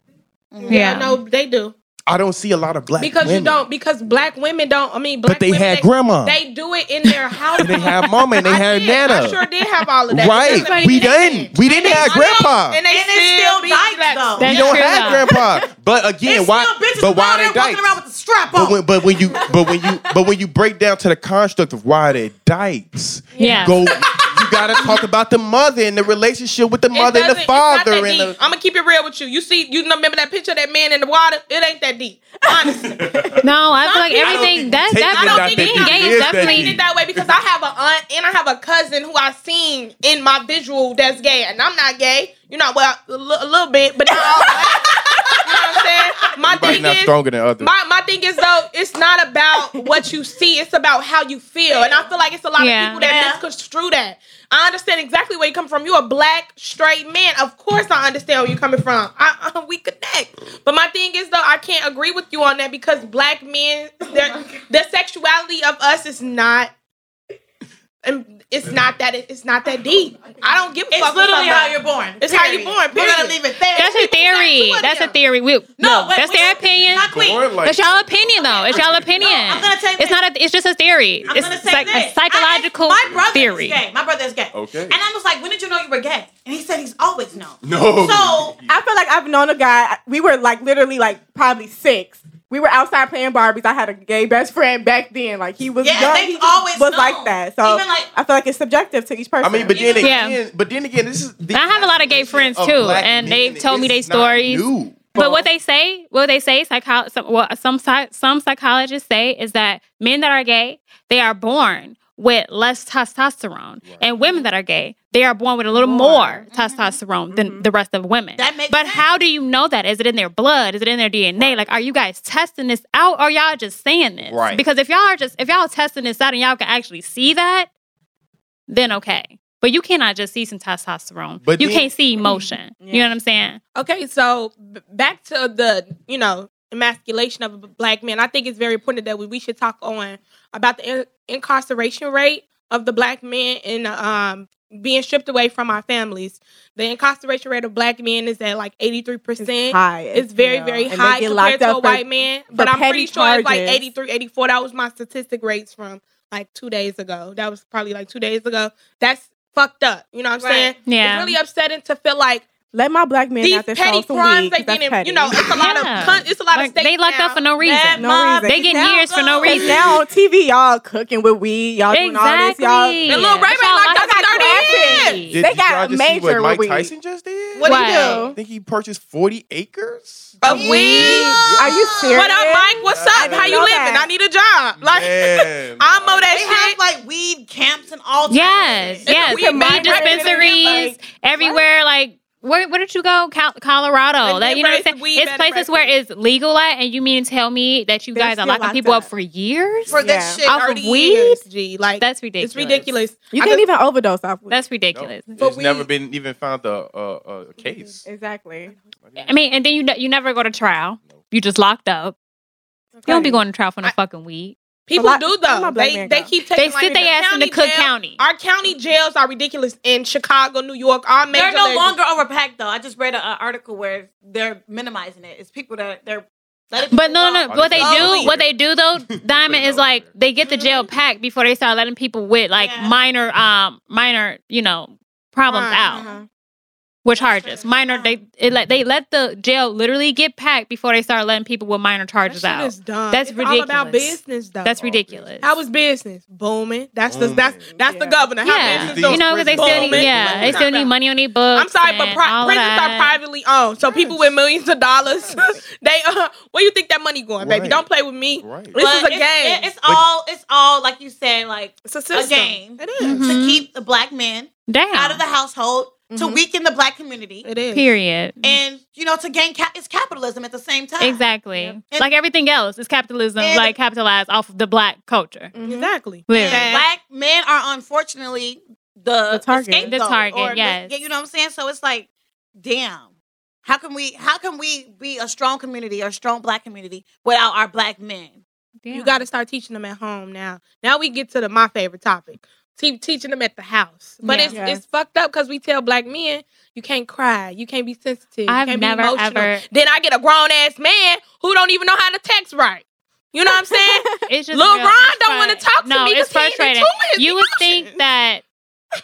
S6: Yeah.
S5: Yeah, no, they do
S7: I don't see a lot of black
S5: because
S7: women.
S5: you don't because black women don't. I mean, black
S7: they
S5: women,
S7: had grandma.
S5: They do it in their house.
S7: They have mama and they
S5: I
S7: have
S5: did.
S7: nana.
S5: I sure did have all of that. Doesn't
S7: Right.
S5: mean
S7: We
S5: they
S7: didn't. We didn't have grandpa.
S5: And they
S4: And it's
S5: still
S4: still
S5: be
S4: dykes,
S5: that-
S4: though.
S6: That's
S7: You don't
S6: true,
S7: have
S6: though.
S7: grandpa. But again,
S4: It's
S7: why?
S4: still bitches
S7: But why
S4: out
S7: they
S4: there walking around
S7: dykes?
S4: with a strap on.
S7: But when, but when you, but when you, but when you break down to the construct of why they dykes,
S6: Yeah.
S7: you go. You gotta talk about the mother and the relationship with the
S5: It
S7: mother and the
S5: doesn't- it's not
S7: father
S5: that
S7: and the.
S5: deep. I'm gonna keep it real with you. You see, you remember that picture of that man in the water? It ain't that deep. Honestly,
S6: No, I feel like
S5: people-
S6: everything that
S7: Take
S6: that
S7: it
S5: don't
S7: out
S5: think
S7: that
S5: it
S6: being gay is
S7: is that
S6: definitely
S5: it that way because I have a aunt and I have a cousin who I seen in my visual that's gay, and I'm not gay. You know, well, a li- a little bit, but not all that. You know what I'm saying? My
S7: Everybody's
S5: thing
S7: not
S5: is,
S7: stronger than others.
S5: My, my thing is though, it's not about what you see; it's about how you feel, and I feel like it's a lot
S6: Yeah.
S5: of people that
S4: Yeah.
S5: misconstrue that. I understand exactly where you come from. You're a black straight man. Of course, I understand where you're coming from. I, uh, we connect, but my thing is though, I can't agree with you on that because black men,
S4: Oh
S5: their the sexuality of us is not. and It's not that it's not that deep. I don't give a fuck. what
S4: it's literally how
S5: somebody-
S4: you're born.
S5: It's how you're born,
S4: period. We're gonna
S5: period.
S4: leave it there.
S6: that's a theory. That's a theory. We, no,
S4: but
S6: that's
S4: we-
S6: their opinion.
S4: Not quick.
S7: Or like-
S6: That's y'all opinion though. It's y'all opinion.
S4: I'm gonna tell you
S6: it's
S4: this.
S6: not a. It's just a theory.
S4: I'm
S6: it's
S4: gonna say
S6: like a
S4: this.
S6: psychological
S4: I asked- my brother
S6: theory.
S4: Is gay. My brother is gay.
S7: Okay.
S4: And I was like, when did you know you were gay? And he said he's always known.
S7: No.
S4: So
S3: I feel like I've known a guy. We were like literally like probably six. We were outside playing Barbies. I had a gay best friend back then. Like he was
S4: Yeah,
S3: young.
S4: they've
S3: He just
S4: always
S3: was
S4: known.
S3: like that. So
S4: Even, like-
S3: I feel like it's subjective to each person.
S7: I mean, but then
S4: You know-
S7: again,
S6: Yeah.
S7: but then again, this is. The
S6: I have a lot of gay friends
S7: of
S6: too,
S7: black
S6: and
S7: men
S6: they've told me
S7: is
S6: their
S7: not
S6: stories.
S7: new.
S6: But what they say, what they say, psycho- some, well, some psy- some psychologists say is that men that are gay, they are born with less testosterone, and women that are gay, they are born with a little more testosterone than the rest of women.
S4: Mm-hmm. That makes
S6: but
S4: sense.
S6: how do you know that? Is it in their blood? Is it in their DNA? Like, are you guys testing this out, or y'all just saying this?
S7: Right.
S6: Because if y'all are just if y'all testing this out and y'all can actually see that, then okay. But you cannot just see some testosterone.
S7: But
S6: you
S7: then-
S6: can't see emotion.
S3: Mm-hmm.
S6: You know what I'm saying?
S5: Okay, so b- back to the you know emasculation of b- black men. I think it's very important that we, we should talk on about the in- incarceration rate of the black men and um, being stripped away from our families. The incarceration rate of black men is at like eighty three percent.
S3: high.
S5: It's very,
S3: yeah.
S5: very
S3: And they
S5: high
S3: get
S5: compared
S3: locked
S5: to
S3: up
S5: a
S3: for-
S5: white man. But I'm pretty
S3: petty
S5: sure it's like
S3: charges.
S5: 83, 84. That was my statistic rates from like two days ago. That was probably like two days ago. That's fucked up. You know what I'm
S4: Right.
S5: saying?
S6: Yeah.
S5: It's really upsetting to feel like
S3: Let my black man
S5: these
S3: out there
S5: petty
S3: sell some
S5: crimes
S3: weed,
S5: they
S3: 'cause that's
S5: getting,
S3: petty.
S5: you know, it's a lot
S6: Yeah.
S5: of con- it's a lot
S6: Like,
S5: of states
S6: they locked
S5: now.
S6: up for no reason.
S4: That
S3: No
S4: mob
S3: reason.
S4: is
S6: They getting
S4: now
S6: years for no
S4: gone.
S3: Cause
S6: reason.
S3: now on TV, y'all cooking with weed. Y'all doing all this.
S6: Exactly.
S3: Y'all
S5: And Lil Ray Ray
S6: Y'all
S5: locked
S6: locked
S5: up
S6: up
S5: for 30
S6: crazy.
S5: years.
S7: Did
S3: They
S7: you
S3: got
S7: y'all just see
S3: major
S7: what Mike
S3: with weed.
S7: Tyson just did?
S5: What
S6: Right.
S5: do
S7: I
S5: you do?
S7: think he purchased 40 acres.
S5: Of weed?
S3: Are you
S4: uh,
S3: serious?
S5: What up, Mike? What's up? How you
S3: know
S5: living?
S3: that.
S5: I need a job. Like
S7: Man.
S5: I'm on
S4: they
S5: that
S4: have
S5: shit.
S4: like weed camps and all. types of
S6: Yes,
S4: shit.
S6: yes.
S5: we can buy
S6: Weed dispensaries
S5: like-
S6: everywhere. Like where, where did you go? Col- Colorado.
S5: Like,
S6: That you know what I'm
S5: different
S6: saying?
S5: weed
S6: It's
S5: bed
S6: places
S5: and
S6: where it's legal at, and you mean to tell me that you
S3: They're
S6: guys are
S3: still
S6: locking
S3: locked
S6: people up
S3: up.
S6: for years?
S4: For
S3: Yeah.
S4: this shit,
S6: Off of
S4: 30
S6: weed?
S4: years.
S5: Yes, G. Like
S6: That's ridiculous.
S5: It's ridiculous.
S3: You
S5: I
S3: can't
S5: could-
S3: even overdose off weed.
S6: That's
S7: No,
S6: ridiculous.
S7: It's
S5: we-
S7: never been even found a, a, a case.
S3: exactly.
S6: I mean, and then you ne- you never go to trial. You just locked up. You don't be going to trial for no
S5: I-
S6: fucking weed.
S5: People
S3: A lot-
S5: do
S3: where my
S5: though.
S3: black
S5: They
S3: man
S5: they
S3: go?
S5: keep
S6: They
S5: taking like
S6: sit their ass in the Cook
S5: jail-
S6: County.
S5: Our county jails are ridiculous in Chicago, New York. Our major
S4: They're no
S5: legends-
S4: longer overpacked though. I just read an article where they're minimizing it. It's people that they're Let it
S6: But no, no.
S4: go.
S6: What they
S4: Slowly.
S6: do, what they do though, Diamond is like they get the jail packed before they start letting people with like minor, um, minor, you know, problems
S5: Right,
S6: out
S5: uh-huh.
S6: with charges. Minor, they it, like they let the jail literally get packed before they start letting people with minor charges
S5: Shit
S6: out.
S5: is dumb.
S6: That's
S5: It's
S6: ridiculous.
S5: All about business though.
S6: That's ridiculous.
S5: How was business booming? That's the that's that's the governor. How
S6: yeah,
S5: business doing?
S6: you know, because they still
S5: Booming.
S6: need, yeah, they still need money on their books.
S5: I'm sorry, but
S6: and
S5: pri-
S6: all
S5: prisons are
S6: that.
S5: privately owned. So people with millions of dollars, they uh, where you think that money going, baby?
S7: Right.
S5: Don't play with me.
S7: Right.
S5: This is a
S4: But
S5: game.
S4: it's- it- it's all it's all like you said, like
S5: It's a system.
S4: game.
S5: It
S6: Mm-hmm.
S5: is.
S4: to keep the black men
S6: Damn.
S4: out of the household, to weaken the black community,
S5: It is.
S6: period.
S4: and you know to gain ca- it's capitalism at the same time.
S6: Exactly.
S4: And-
S6: Like everything else, it's capitalism,
S4: And-
S6: like capitalized off of the black culture.
S5: Exactly.
S4: And
S6: Literally.
S4: Black men are unfortunately the,
S3: The target.
S4: scapegoat
S6: The target,
S4: or
S6: yes.
S4: you know what I'm saying. So it's like, damn. How can we? How can we be a strong community or a strong black community without our black men?
S5: You got to start teaching them at home now. Now we get to the my favorite topic. Te- teaching them at the house, but
S6: Yeah.
S5: it's
S3: Yes.
S5: it's fucked up because we tell black men you can't cry, you can't be sensitive,
S6: I've
S5: you can't
S6: never,
S5: be emotional.
S6: ever-
S5: Then I get a grown ass man who don't even know how to text right. You know what I'm saying?
S6: It's just
S5: Lil
S6: real-
S5: Ron
S6: it's
S5: don't wanna
S6: frust-
S5: talk to
S6: no,
S5: me
S6: it's
S5: 'cause he ain't in
S6: frustrating.
S5: tune with his
S6: you would think
S5: emotions.
S6: that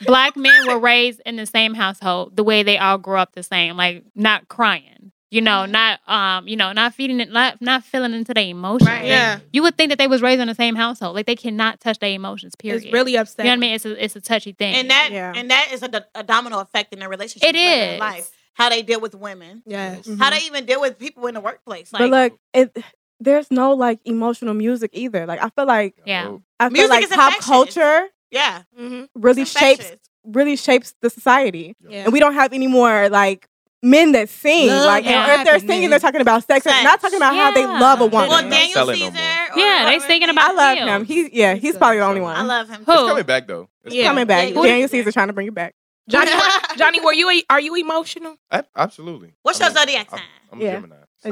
S6: black men were raised in the same household, the way they all grew up the same, like not crying. You know,
S5: Mm-hmm.
S6: not um, you know, not feeding it, not, not feeling into their emotions.
S5: Right. Yeah.
S6: You would think that they was raised in the same household, like they cannot touch their emotions. Period.
S5: It's really
S6: you
S5: upsetting.
S6: know what I mean? It's a, it's a touchy thing.
S4: And that
S3: Yeah.
S4: and that is a, do- a domino effect in their relationship.
S6: It
S4: their
S6: is.
S4: life. How they deal with women.
S5: Yes.
S3: Mm-hmm.
S4: How they even deal with people in the workplace. Like
S3: but look, it there's no like emotional music either. Like I feel like
S6: yeah.
S7: Oh,
S3: I feel
S4: Music
S3: like
S4: is
S3: pop
S4: infectious.
S3: culture
S4: Yeah.
S5: Mhm.
S3: really
S4: it's
S3: shapes
S4: infectious.
S3: really shapes the society,
S5: Yeah.
S3: and we don't have any more like men that sing.
S5: Love
S3: like and-
S6: and
S3: or if they're
S5: happiness.
S3: singing, they're talking about sex. They're not
S4: Sex.
S3: talking about how they
S6: Yeah.
S3: love a woman.
S4: Well,
S7: Not
S4: Daniel
S7: selling no
S4: Caesar.
S7: more.
S4: or
S6: Yeah, they
S4: whatever
S6: thinking
S4: his name-
S6: about
S3: I love
S6: Ew.
S3: him. He's yeah, he's probably the only one.
S4: I love him.
S6: Who?
S4: too.
S7: coming back though. It's
S5: Yeah.
S3: coming back.
S4: Yeah,
S3: Daniel
S4: yeah.
S3: Caesar trying to bring it back.
S5: Johnny, Johnny, were you are you emotional?
S7: coming. Absolutely.
S4: What's
S7: I
S4: your
S7: mean,
S4: zodiac
S7: I'm-
S4: sign?
S7: I'm
S3: Yeah.
S7: a Gemini.
S3: Oh,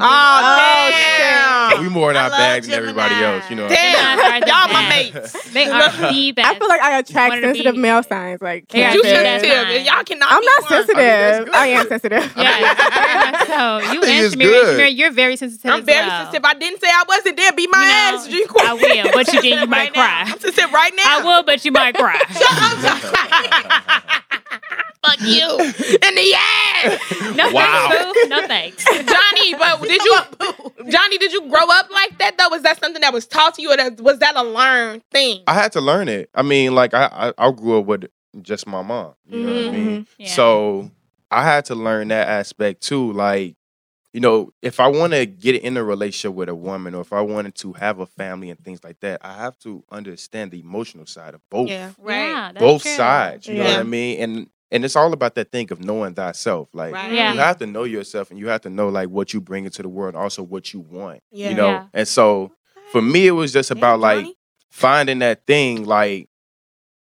S5: Oh,
S7: We more in
S4: I
S7: our
S4: love
S7: bag than everybody
S4: Gemini.
S7: else. You know. what I'm saying?
S5: Damn.
S6: Gemini's are the
S5: Y'all my
S6: best.
S5: mates.
S6: They are the best.
S3: I feel like I attract
S6: Wanted to
S3: sensitive
S6: be-
S3: male signs. Like
S6: They are
S3: cancer.
S5: You
S6: Yeah,
S5: sensitive.
S6: that's
S5: and Y'all cannot.
S3: I'm
S5: be
S3: not
S5: one.
S3: sensitive.
S7: I
S3: I,
S7: mean, that's
S3: am sensitive.
S6: Yeah. so you
S7: think
S6: and
S7: it's
S6: Shamira,
S7: good.
S6: Shamira, you're very sensitive.
S5: I'm
S6: as
S5: very
S6: well.
S5: sensitive. I didn't say I wasn't there. Be my
S6: You know,
S5: ass. You
S6: I will, but you did. You might cry.
S5: I'm sensitive right now.
S6: I will, but you might cry.
S5: fuck you in the ass,
S6: No,
S7: Wow.
S6: thanks, boo. No thanks.
S5: Johnny. But did you, Johnny? Did you grow up like that though? Was that something that was taught to you, or that, was that a learned thing?
S7: I had to learn it. I mean, like I I, I grew up with just my mom. You know
S4: Mm-hmm.
S7: what I mean?
S6: Yeah.
S7: So I had to learn that aspect too. Like, you know, if I want to get in a relationship with a woman or if I wanted to have a family and things like that, I have to understand the emotional side of both.
S5: Yeah.
S4: Right.
S6: Yeah, that's
S7: both
S6: true.
S7: sides. You know what
S5: Yeah.
S7: I mean? And and it's all about that thing of knowing thyself. Like
S4: Right.
S6: Yeah.
S7: you have to know yourself and you have to know like what you bring into the world, also what you want.
S5: Yeah.
S7: You know?
S6: Yeah.
S7: And so for me it was just about
S5: Damn,
S7: like
S5: Johnny.
S7: finding that thing like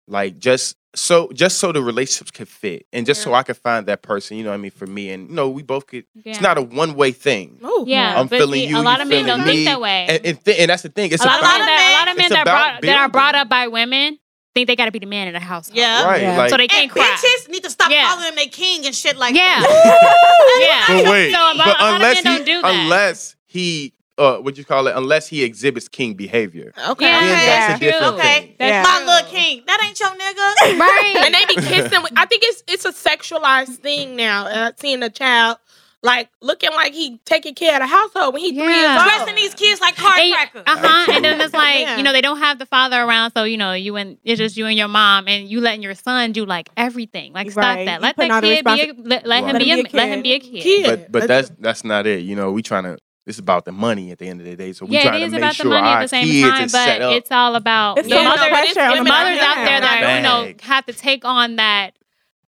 S7: like just so just so the relationships could fit and just so I could find that person, you know what I mean, for me. And you know, we both could
S6: Yeah.
S7: it's not a one way thing.
S5: Ooh.
S6: Yeah,
S7: I'm
S6: but
S7: feeling
S6: see, A
S7: you,
S6: lot
S7: you
S6: of men
S7: feeling
S6: don't think
S7: me,
S6: that way.
S7: And and, th- and that's the thing. It's
S6: a lot of
S7: about
S6: men that a lot of men
S7: it's
S6: that,
S7: about
S6: brought, that are brought
S7: building.
S6: up by women think they got to be the man in the household.
S4: Yeah.
S7: right.
S3: Yeah.
S7: Like
S6: so they
S4: And
S6: can't cry.
S4: bitches need to stop
S6: Yeah.
S4: calling him they king and shit like
S6: Yeah.
S4: that.
S6: yeah.
S7: But wait,
S6: so a lot,
S7: but
S6: a lot
S7: unless
S6: of men
S7: he,
S6: don't do that.
S7: unless he, uh, what you call it? Unless he exhibits king behavior,
S5: Okay.
S6: yeah,
S7: then
S4: Okay.
S7: that's a
S6: that's
S7: different
S6: true.
S4: Okay.
S7: thing.
S6: That's
S3: Yeah.
S6: true.
S4: My little king. That ain't your nigga.
S6: Right.
S5: and they be kissing. With, I think it's it's a sexualized thing now. Uh, seeing a child like looking like he taking care of the household when he three
S6: Yeah.
S5: years old.
S4: Dressing these kids like hardcrackers.
S6: Uh huh. And then it's like
S5: Yeah.
S6: you know they don't have the father around, so you know you and it's just you and your mom, and you letting your son do like everything. Like stop
S3: Right.
S6: that.
S3: You
S6: Let
S3: putting all
S6: that
S3: the
S6: kid be. A,
S3: responsi-
S6: let, let him
S7: Right.
S6: be. A, let him be a kid.
S5: Kid.
S7: But but
S5: That's-
S7: that's that's not it. You know, we trying to. It's about the money at the end of the day. So we
S6: yeah,
S7: trying
S6: it is
S7: to make
S6: about
S7: sure
S6: the money
S7: our
S6: at the same
S7: kids
S6: time,
S7: is set
S6: but
S7: up.
S6: it's all about
S3: It's
S6: the
S5: Yeah,
S3: so
S5: no,
S3: much
S6: mothers
S5: it
S6: out
S5: is
S6: there. The
S5: women out
S6: mothers out
S5: here.
S6: there that you know
S7: Bag.
S6: have to take on that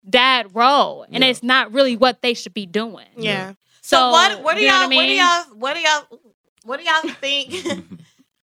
S6: dad role, and
S7: Yeah.
S6: it's not really what they should be doing.
S5: yeah.
S4: So,
S6: So,
S4: what what do
S6: you know what I
S4: y'all
S6: mean?
S4: what do y'all what do y'all what do y'all think?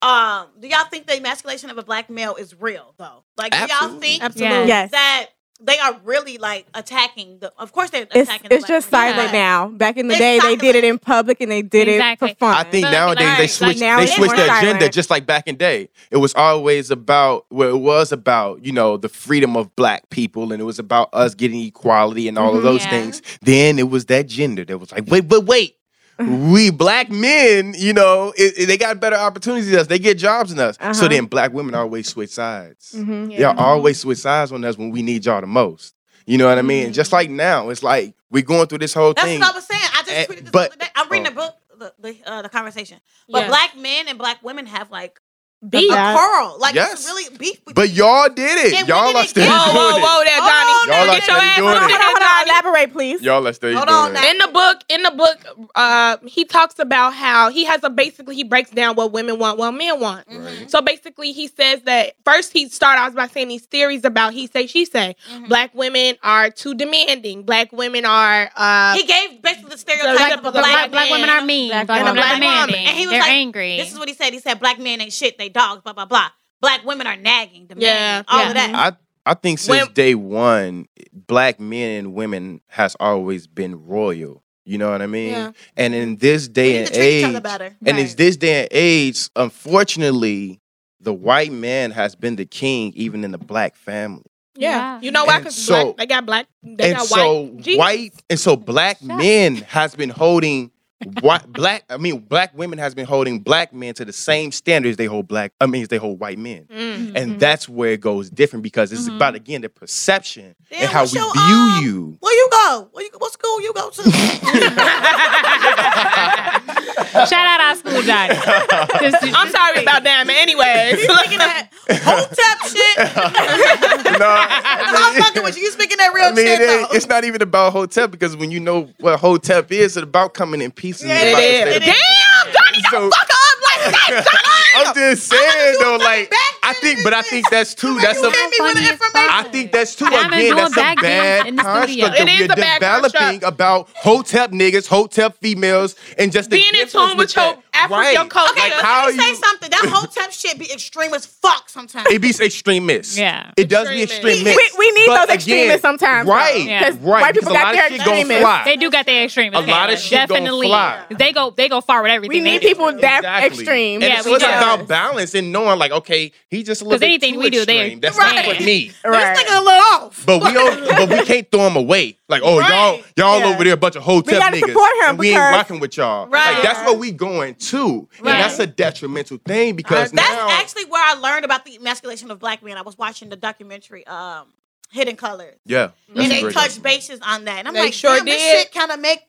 S4: um, do y'all think the emasculation of a black male is real though? Like do y'all
S7: Absolutely.
S4: think
S5: Absolutely.
S3: Yes.
S4: that they are really like attacking the of course they're
S3: It's,
S4: attacking the
S3: it's
S4: black
S3: just
S4: community.
S3: silent now. Back in the
S4: It's
S3: day,
S4: silent.
S3: they did it in public and they did
S6: Exactly.
S3: it for fun.
S7: I think
S6: But, like,
S7: nowadays they
S6: like
S7: switch
S3: now
S7: they
S3: it's
S7: switch
S3: more
S7: their
S3: silent.
S7: agenda just like back in day. It was always about well, it was about, you know, the freedom of black people and it was about us getting equality and all of those
S6: Mm-hmm, Yeah.
S7: things. Then it was that gender that was like, wait, but wait, we black men, you know, it, it- they got better opportunities than us. They get jobs than us.
S3: Uh-huh.
S7: So then black women always switch sides. Y'all always switch sides on us when we need y'all the most. You know what I mean? Just like now, it's like we're going through this whole
S4: That's
S7: thing.
S4: what I was saying. I
S7: Eh,
S4: just tweeted this
S7: but-
S4: the other day. I'm reading
S7: oh.
S4: the book, the the, uh, the conversation. But
S6: Yeah.
S4: black men and black women have like
S5: Beef.
S4: a
S3: That-
S4: quarrel. Like
S7: Yes.
S4: it's really beef. with-
S7: but y'all did it.
S4: Yeah, we
S7: y'all
S4: did
S7: are
S4: it.
S7: still
S4: Whoa,
S7: doing
S4: whoa,
S7: it.
S4: whoa.
S5: there,
S4: Oh,
S5: Johnny.
S4: no,
S7: Y'all
S4: no,
S7: are
S5: Get your
S7: still
S5: ass
S7: doing
S5: over
S7: it.
S3: Hold on, hold on. Elaborate, please.
S7: Y'all are still
S4: Hold
S7: doing
S4: on
S7: it.
S4: now.
S5: in the book in the book uh he talks about how he has a basically he breaks down what women want what men want
S7: Mm-hmm.
S5: so basically he says that first he started out by saying these theories about he say she say black women are too demanding black women are uh
S4: He gave basically the stereotype
S5: Black-
S4: of
S5: black-
S4: a black,
S6: Black, black
S4: man
S6: women are mean. Black,
S3: women
S6: women
S3: are
S6: are
S4: black woman.
S6: demanding.
S4: And he was
S6: They're
S4: like,
S6: angry.
S4: This is what he said. He said black men ain't shit. They dogs. Blah blah blah. Black women are nagging, demanding,
S5: Yeah.
S4: all
S6: Yeah.
S4: of that.
S7: I I think since
S5: When-
S7: day one, black men and women has always been royal. You know what I mean?
S5: Yeah.
S7: And in this day
S4: need
S7: and
S4: to treat each
S7: age,
S4: other better.
S7: and in this day and age, unfortunately, the white man has been the king, even in the black family.
S6: Yeah.
S5: you know why
S7: And
S5: because
S7: so-
S5: black, they got black they
S7: and
S5: got
S7: so
S5: white Jesus.
S7: white, and so black men has been holding. White, black, I mean, black women has been holding black men to the same standards they hold black. I mean, they hold white men.
S5: Mm.
S7: and that's where it goes different because it's about again the perception
S4: Then
S7: and how we
S4: what's
S7: view
S4: your, um,
S7: you.
S4: Where you go? Where you, what school you go to?
S6: Shout out our school, Johnny. Just-
S5: i'm sorry about that man anyways
S4: Speaking that whole tap shit. I'm
S7: I
S4: fucking with you. You speaking that real
S7: mean,
S4: shit
S7: it ain't-
S4: though.
S7: it's not even about hotep because when you know what hotep is, it's about coming in pieces. and
S4: Yeah,
S7: about
S5: it
S7: the
S5: is.
S7: state of-
S5: damn johnny don't
S7: So-
S5: fuck up like that
S7: I'm just saying
S4: you
S7: though,
S4: was
S7: like
S4: back
S7: I think, but I think that's too. That's
S4: you
S7: a.
S4: hit me with the
S6: Funny as
S4: information.
S7: I think that's too
S6: Diamond
S7: again.
S6: doing
S7: That's a
S6: back dance
S7: bad
S6: in the studio.
S7: construct that
S5: It is
S7: we're
S5: a bad
S7: developing
S5: construct.
S7: about hotep niggas, hotep females, and just the
S5: Being in
S7: difference
S5: tune with your
S7: that.
S5: Afri- your culture.
S4: Okay,
S7: Like
S4: let
S7: how
S4: me say
S7: you
S4: something. That whole tap shit be extreme as fuck sometimes.
S7: it be extremists.
S6: Yeah.
S7: It does be
S5: Extremists.
S7: extremists.
S3: We- we need
S7: But
S3: those extremists sometimes,
S7: Right.
S3: though,
S6: Yeah. 'cause
S7: Right.
S3: white people
S7: because a
S3: got
S7: lot
S3: their
S7: of shit gonna
S3: extremists.
S7: fly.
S6: They do got their extremists.
S7: A lot of shit gonna
S6: Definitely.
S7: fly.
S6: They go they go far with everything.
S3: We need
S6: they do.
S3: people that
S7: Exactly.
S3: extreme.
S7: And
S6: Yeah,
S7: so
S6: we
S7: it's
S6: do.
S7: about balance and knowing, like, okay, he just a little
S6: 'Cause
S7: bit
S6: anything
S7: too
S6: we do, they-
S7: extreme. That's
S6: Right.
S7: not for me.
S3: Right.
S4: This nigga a little off.
S7: But we don't. but we can't throw him away. Like, oh y'all, y'all
S3: Yeah.
S7: over there a bunch of hotel
S3: gotta
S7: niggas,
S3: support him
S7: and we ain't
S3: because-
S7: rocking with y'all. Like
S4: Right.
S7: that's what we going to,
S6: Right.
S7: and that's a detrimental thing because
S4: That's
S7: now
S4: actually where I learned about the emasculation of black men. I was watching the documentary um, Hidden Colors.
S7: yeah, that's
S4: and
S7: a
S4: they
S7: great
S4: touched
S7: example.
S4: bases on that. And I'm
S5: They
S4: like,
S5: sure
S4: damn, this
S5: did.
S4: shit kind of make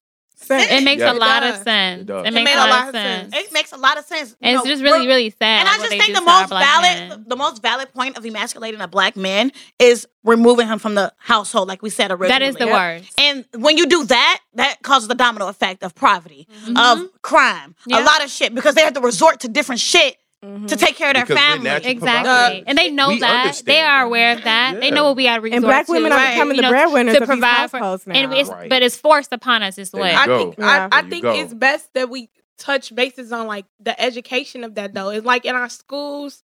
S6: It makes a
S7: Yeah.
S6: lot
S5: does.
S6: of sense.
S7: It
S6: It,
S7: does. It
S6: makes a lot, of sense.
S4: it makes a lot of sense. You
S6: And it's
S4: know,
S6: just really,
S4: we're-
S6: really sad.
S4: And I
S6: what
S4: just
S6: they
S4: think
S6: do
S4: the
S6: to our
S4: most
S6: black
S4: valid,
S6: men.
S4: the most valid point of emasculating a black man is removing him from the household, like we said originally.
S6: That is the worst.
S4: And when you do that, that causes the domino effect of poverty,
S6: Mm-hmm.
S4: of crime,
S6: Yeah.
S4: a lot of shit, because they have to resort to different shit
S3: Mm-hmm.
S4: to
S6: Mm-hmm.
S4: take care of their
S7: Because we're
S4: family.
S7: natural
S6: Exactly.
S7: providers.
S6: and they know
S7: We
S6: that.
S7: understand
S6: They are aware of that. They know what we got to resort
S3: And black
S6: to.
S3: women are becoming the
S6: you know,
S3: breadwinners of
S6: to
S3: these
S6: provide for-
S3: households now.
S6: And it's,
S7: Right.
S6: But it's forced upon us this
S7: There
S6: way.
S7: you
S5: I
S7: go.
S5: think
S3: Yeah.
S5: I, I
S7: There you
S5: think
S7: go.
S5: it's best that we touch bases on like the education of that though. It's like in our schools,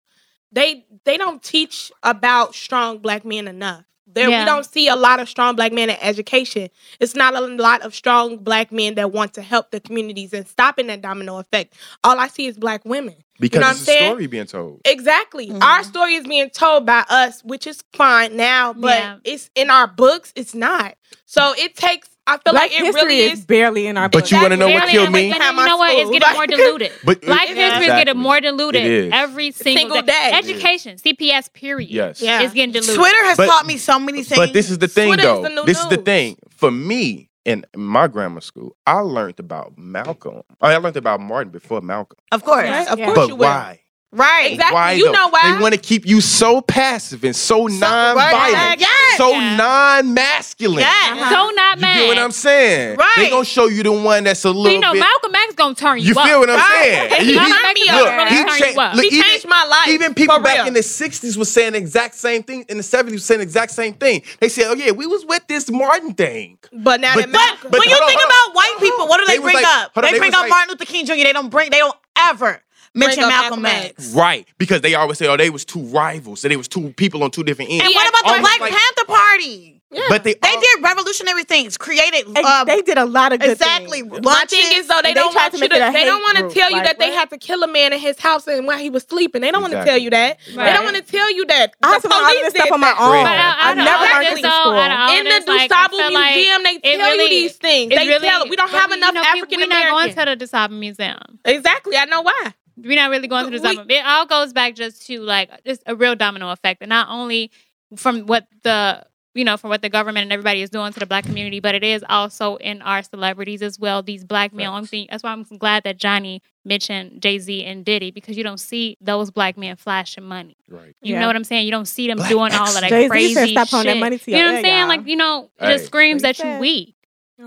S5: they they don't teach about strong black men enough. There
S6: Yeah.
S5: we don't see a lot of strong black men in education. It's not a lot of strong black men that want to help the communities and stopping that domino effect. All I see is black women.
S7: because
S5: you know what I'm
S7: it's a
S5: saying?
S7: story being told.
S5: Exactly.
S3: Mm-hmm.
S5: Our story is being told by us, which is fine now, but
S6: Yeah.
S5: it's in our books, it's not. So it takes I feel
S3: Black
S5: like it
S3: history
S5: really
S3: is, barely in our
S7: But
S3: books.
S7: you wanna know what
S6: Barely
S7: killed
S6: ever-
S7: me?
S6: and You know what? It's getting more diluted.
S7: But it-
S6: Black history is
S7: Exactly.
S6: getting more diluted
S7: It is.
S6: every single,
S5: Single day.
S6: Education, CPS, period.
S7: Yes.
S5: Yeah.
S6: It's getting diluted.
S4: Twitter has
S7: But-
S4: taught me so many things.
S7: But this is the thing,
S5: Twitter is
S7: though.
S5: the new
S7: this is the
S5: news.
S7: thing. For me, in my grammar school, I learned about Malcolm. I learned about Martin before Malcolm.
S4: of course.
S5: Right? Of
S3: Yeah.
S5: course you
S7: But
S5: will.
S7: why?
S5: Right. Exactly.
S7: Why
S5: you
S7: though?
S5: know why?
S7: They want to keep you so passive and so, non-violent,
S5: right,
S4: yes,
S7: so
S6: yeah.
S7: non-masculine.
S4: Yes.
S6: So not
S7: Uh-huh. You
S6: mad.
S7: get what I'm saying?
S5: Right.
S7: They gonna show you the one that's a little
S6: But you know,
S7: bit.
S6: Malcolm X gonna turn you.
S7: you
S6: up.
S7: feel what I'm saying?
S5: Right.
S7: You-
S5: He
S6: Malcolm
S7: you-
S5: turned
S6: X
S5: me
S6: gonna
S5: up.
S7: Look,
S6: really
S7: he
S6: turn
S7: changed-
S6: you up.
S7: look,
S5: he
S7: even-
S5: changed my life.
S7: Even people
S5: for
S7: back
S5: real.
S7: in the 60s was saying the exact same thing. In the 70s was saying the exact same thing. They said, oh, yeah, we was with this Martin thing.
S5: But now
S7: But-
S5: that
S4: But
S5: Malcolm,
S7: But
S4: when you
S7: hold on,
S4: think
S7: hold on.
S4: about white people, what do
S7: They
S4: they,
S7: was
S4: bring
S7: like-
S4: up?
S7: hold on,
S4: They,
S7: they
S4: bring
S7: was
S4: up
S7: like-
S4: Martin Luther King Jr. They don't bring. They don't ever mention
S5: up
S4: Malcolm,
S5: Malcolm
S4: X.
S7: Right, because they always say, oh, they was two rivals. So they was two people on two different ends.
S4: And what
S5: Yeah,
S4: about the
S7: almost
S4: Black
S7: like-
S4: Panther Party?
S7: But they,
S4: They
S7: all-
S4: did revolutionary things, created
S3: Ex-
S4: uh,
S3: they did a lot of good
S4: exactly
S3: things.
S5: My thing is though
S3: They
S5: they, don't
S3: tried
S5: want
S3: to
S5: you
S3: make
S5: to.
S3: it a
S5: They don't
S3: hate
S5: want to
S3: group,
S5: tell you
S3: like,
S5: that they
S3: what?
S5: had to kill a man in his house and while he was sleeping. They don't want to
S8: Exactly.
S5: tell you that. They
S6: Right.
S5: don't want to tell you that.
S3: I
S5: The
S3: had to learn all
S5: police
S3: this stuff
S5: did
S3: on my
S5: that.
S3: own.
S8: Right.
S6: But out,
S3: I
S6: out of
S3: never
S6: all
S3: learned
S6: this,
S3: it in
S6: though,
S3: school.
S6: out of all
S5: in the
S6: this, like, I
S5: Dusable
S6: feel like
S5: Museum, they
S6: it
S5: tell you
S6: really-
S5: these things.
S6: it
S5: They
S6: really-
S5: tell it. We don't
S6: but
S5: have
S6: we- you
S5: enough
S6: know, we-
S5: African
S6: We're not
S5: Americans.
S6: going to the Dusable Museum.
S5: Exactly. I know why.
S6: We're not really going to the
S5: We-
S6: Dusable. It all goes back just to like it's a real domino effect, and not only from what the you know from what the government and everybody is doing to the black community, but it is also in our celebrities as well. These black men. I'm thinking- that's why I'm glad that Johnny mentioned Jay Z and Diddy because you don't see those black men flashing money.
S8: Right.
S6: You
S3: Yeah.
S6: know what I'm saying? You don't see them doing all of that
S3: Jay-Z
S6: crazy
S3: said stop
S6: shit.
S3: pouring that money to
S6: you know
S3: your
S6: what I'm
S3: head,
S6: saying?
S3: y'all.
S6: Like you know, it
S8: Hey.
S6: just screams
S3: That's
S6: that
S3: what he
S6: you
S3: said.
S6: weak.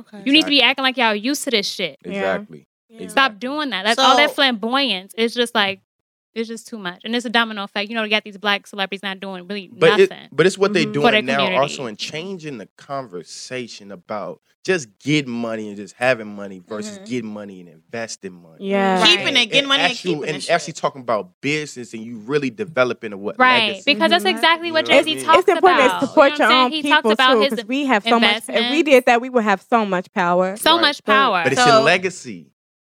S5: Okay.
S6: You need to be
S8: Exactly.
S6: acting like y'all used to this shit.
S3: Yeah.
S8: Exactly.
S6: Stop doing that. That's all
S4: So-
S6: that flamboyance. It's just like it's just too much, and it's a domino effect. You know, you got these black celebrities not doing really
S7: but it,
S6: nothing.
S7: but it's what they
S3: Mhm.
S7: doing
S6: For their
S7: now
S6: community.
S7: also in changing the conversation about just get money and just having money versus
S4: Mhm.
S7: getting money and investing money.
S3: Yeah.
S4: Keep- Keeping it, getting money and
S7: actual-
S4: keeping it
S7: and
S4: shit.
S7: actually talking about business and you really developing of what
S6: right,
S7: legacy.
S6: because that's
S3: Mhm.
S6: exactly what
S7: You know
S6: Jay
S7: what I
S6: Z
S7: mean?
S6: talked
S3: it's important
S6: about.
S3: to support
S6: you know
S3: your
S6: what I'm
S3: own
S6: saying? He
S3: people
S6: talked about
S3: too,
S6: his
S3: because we have so much. If we did that, we would have so much power.
S6: so
S7: Right.
S6: much power.
S7: but it's
S4: So-
S7: in legacy.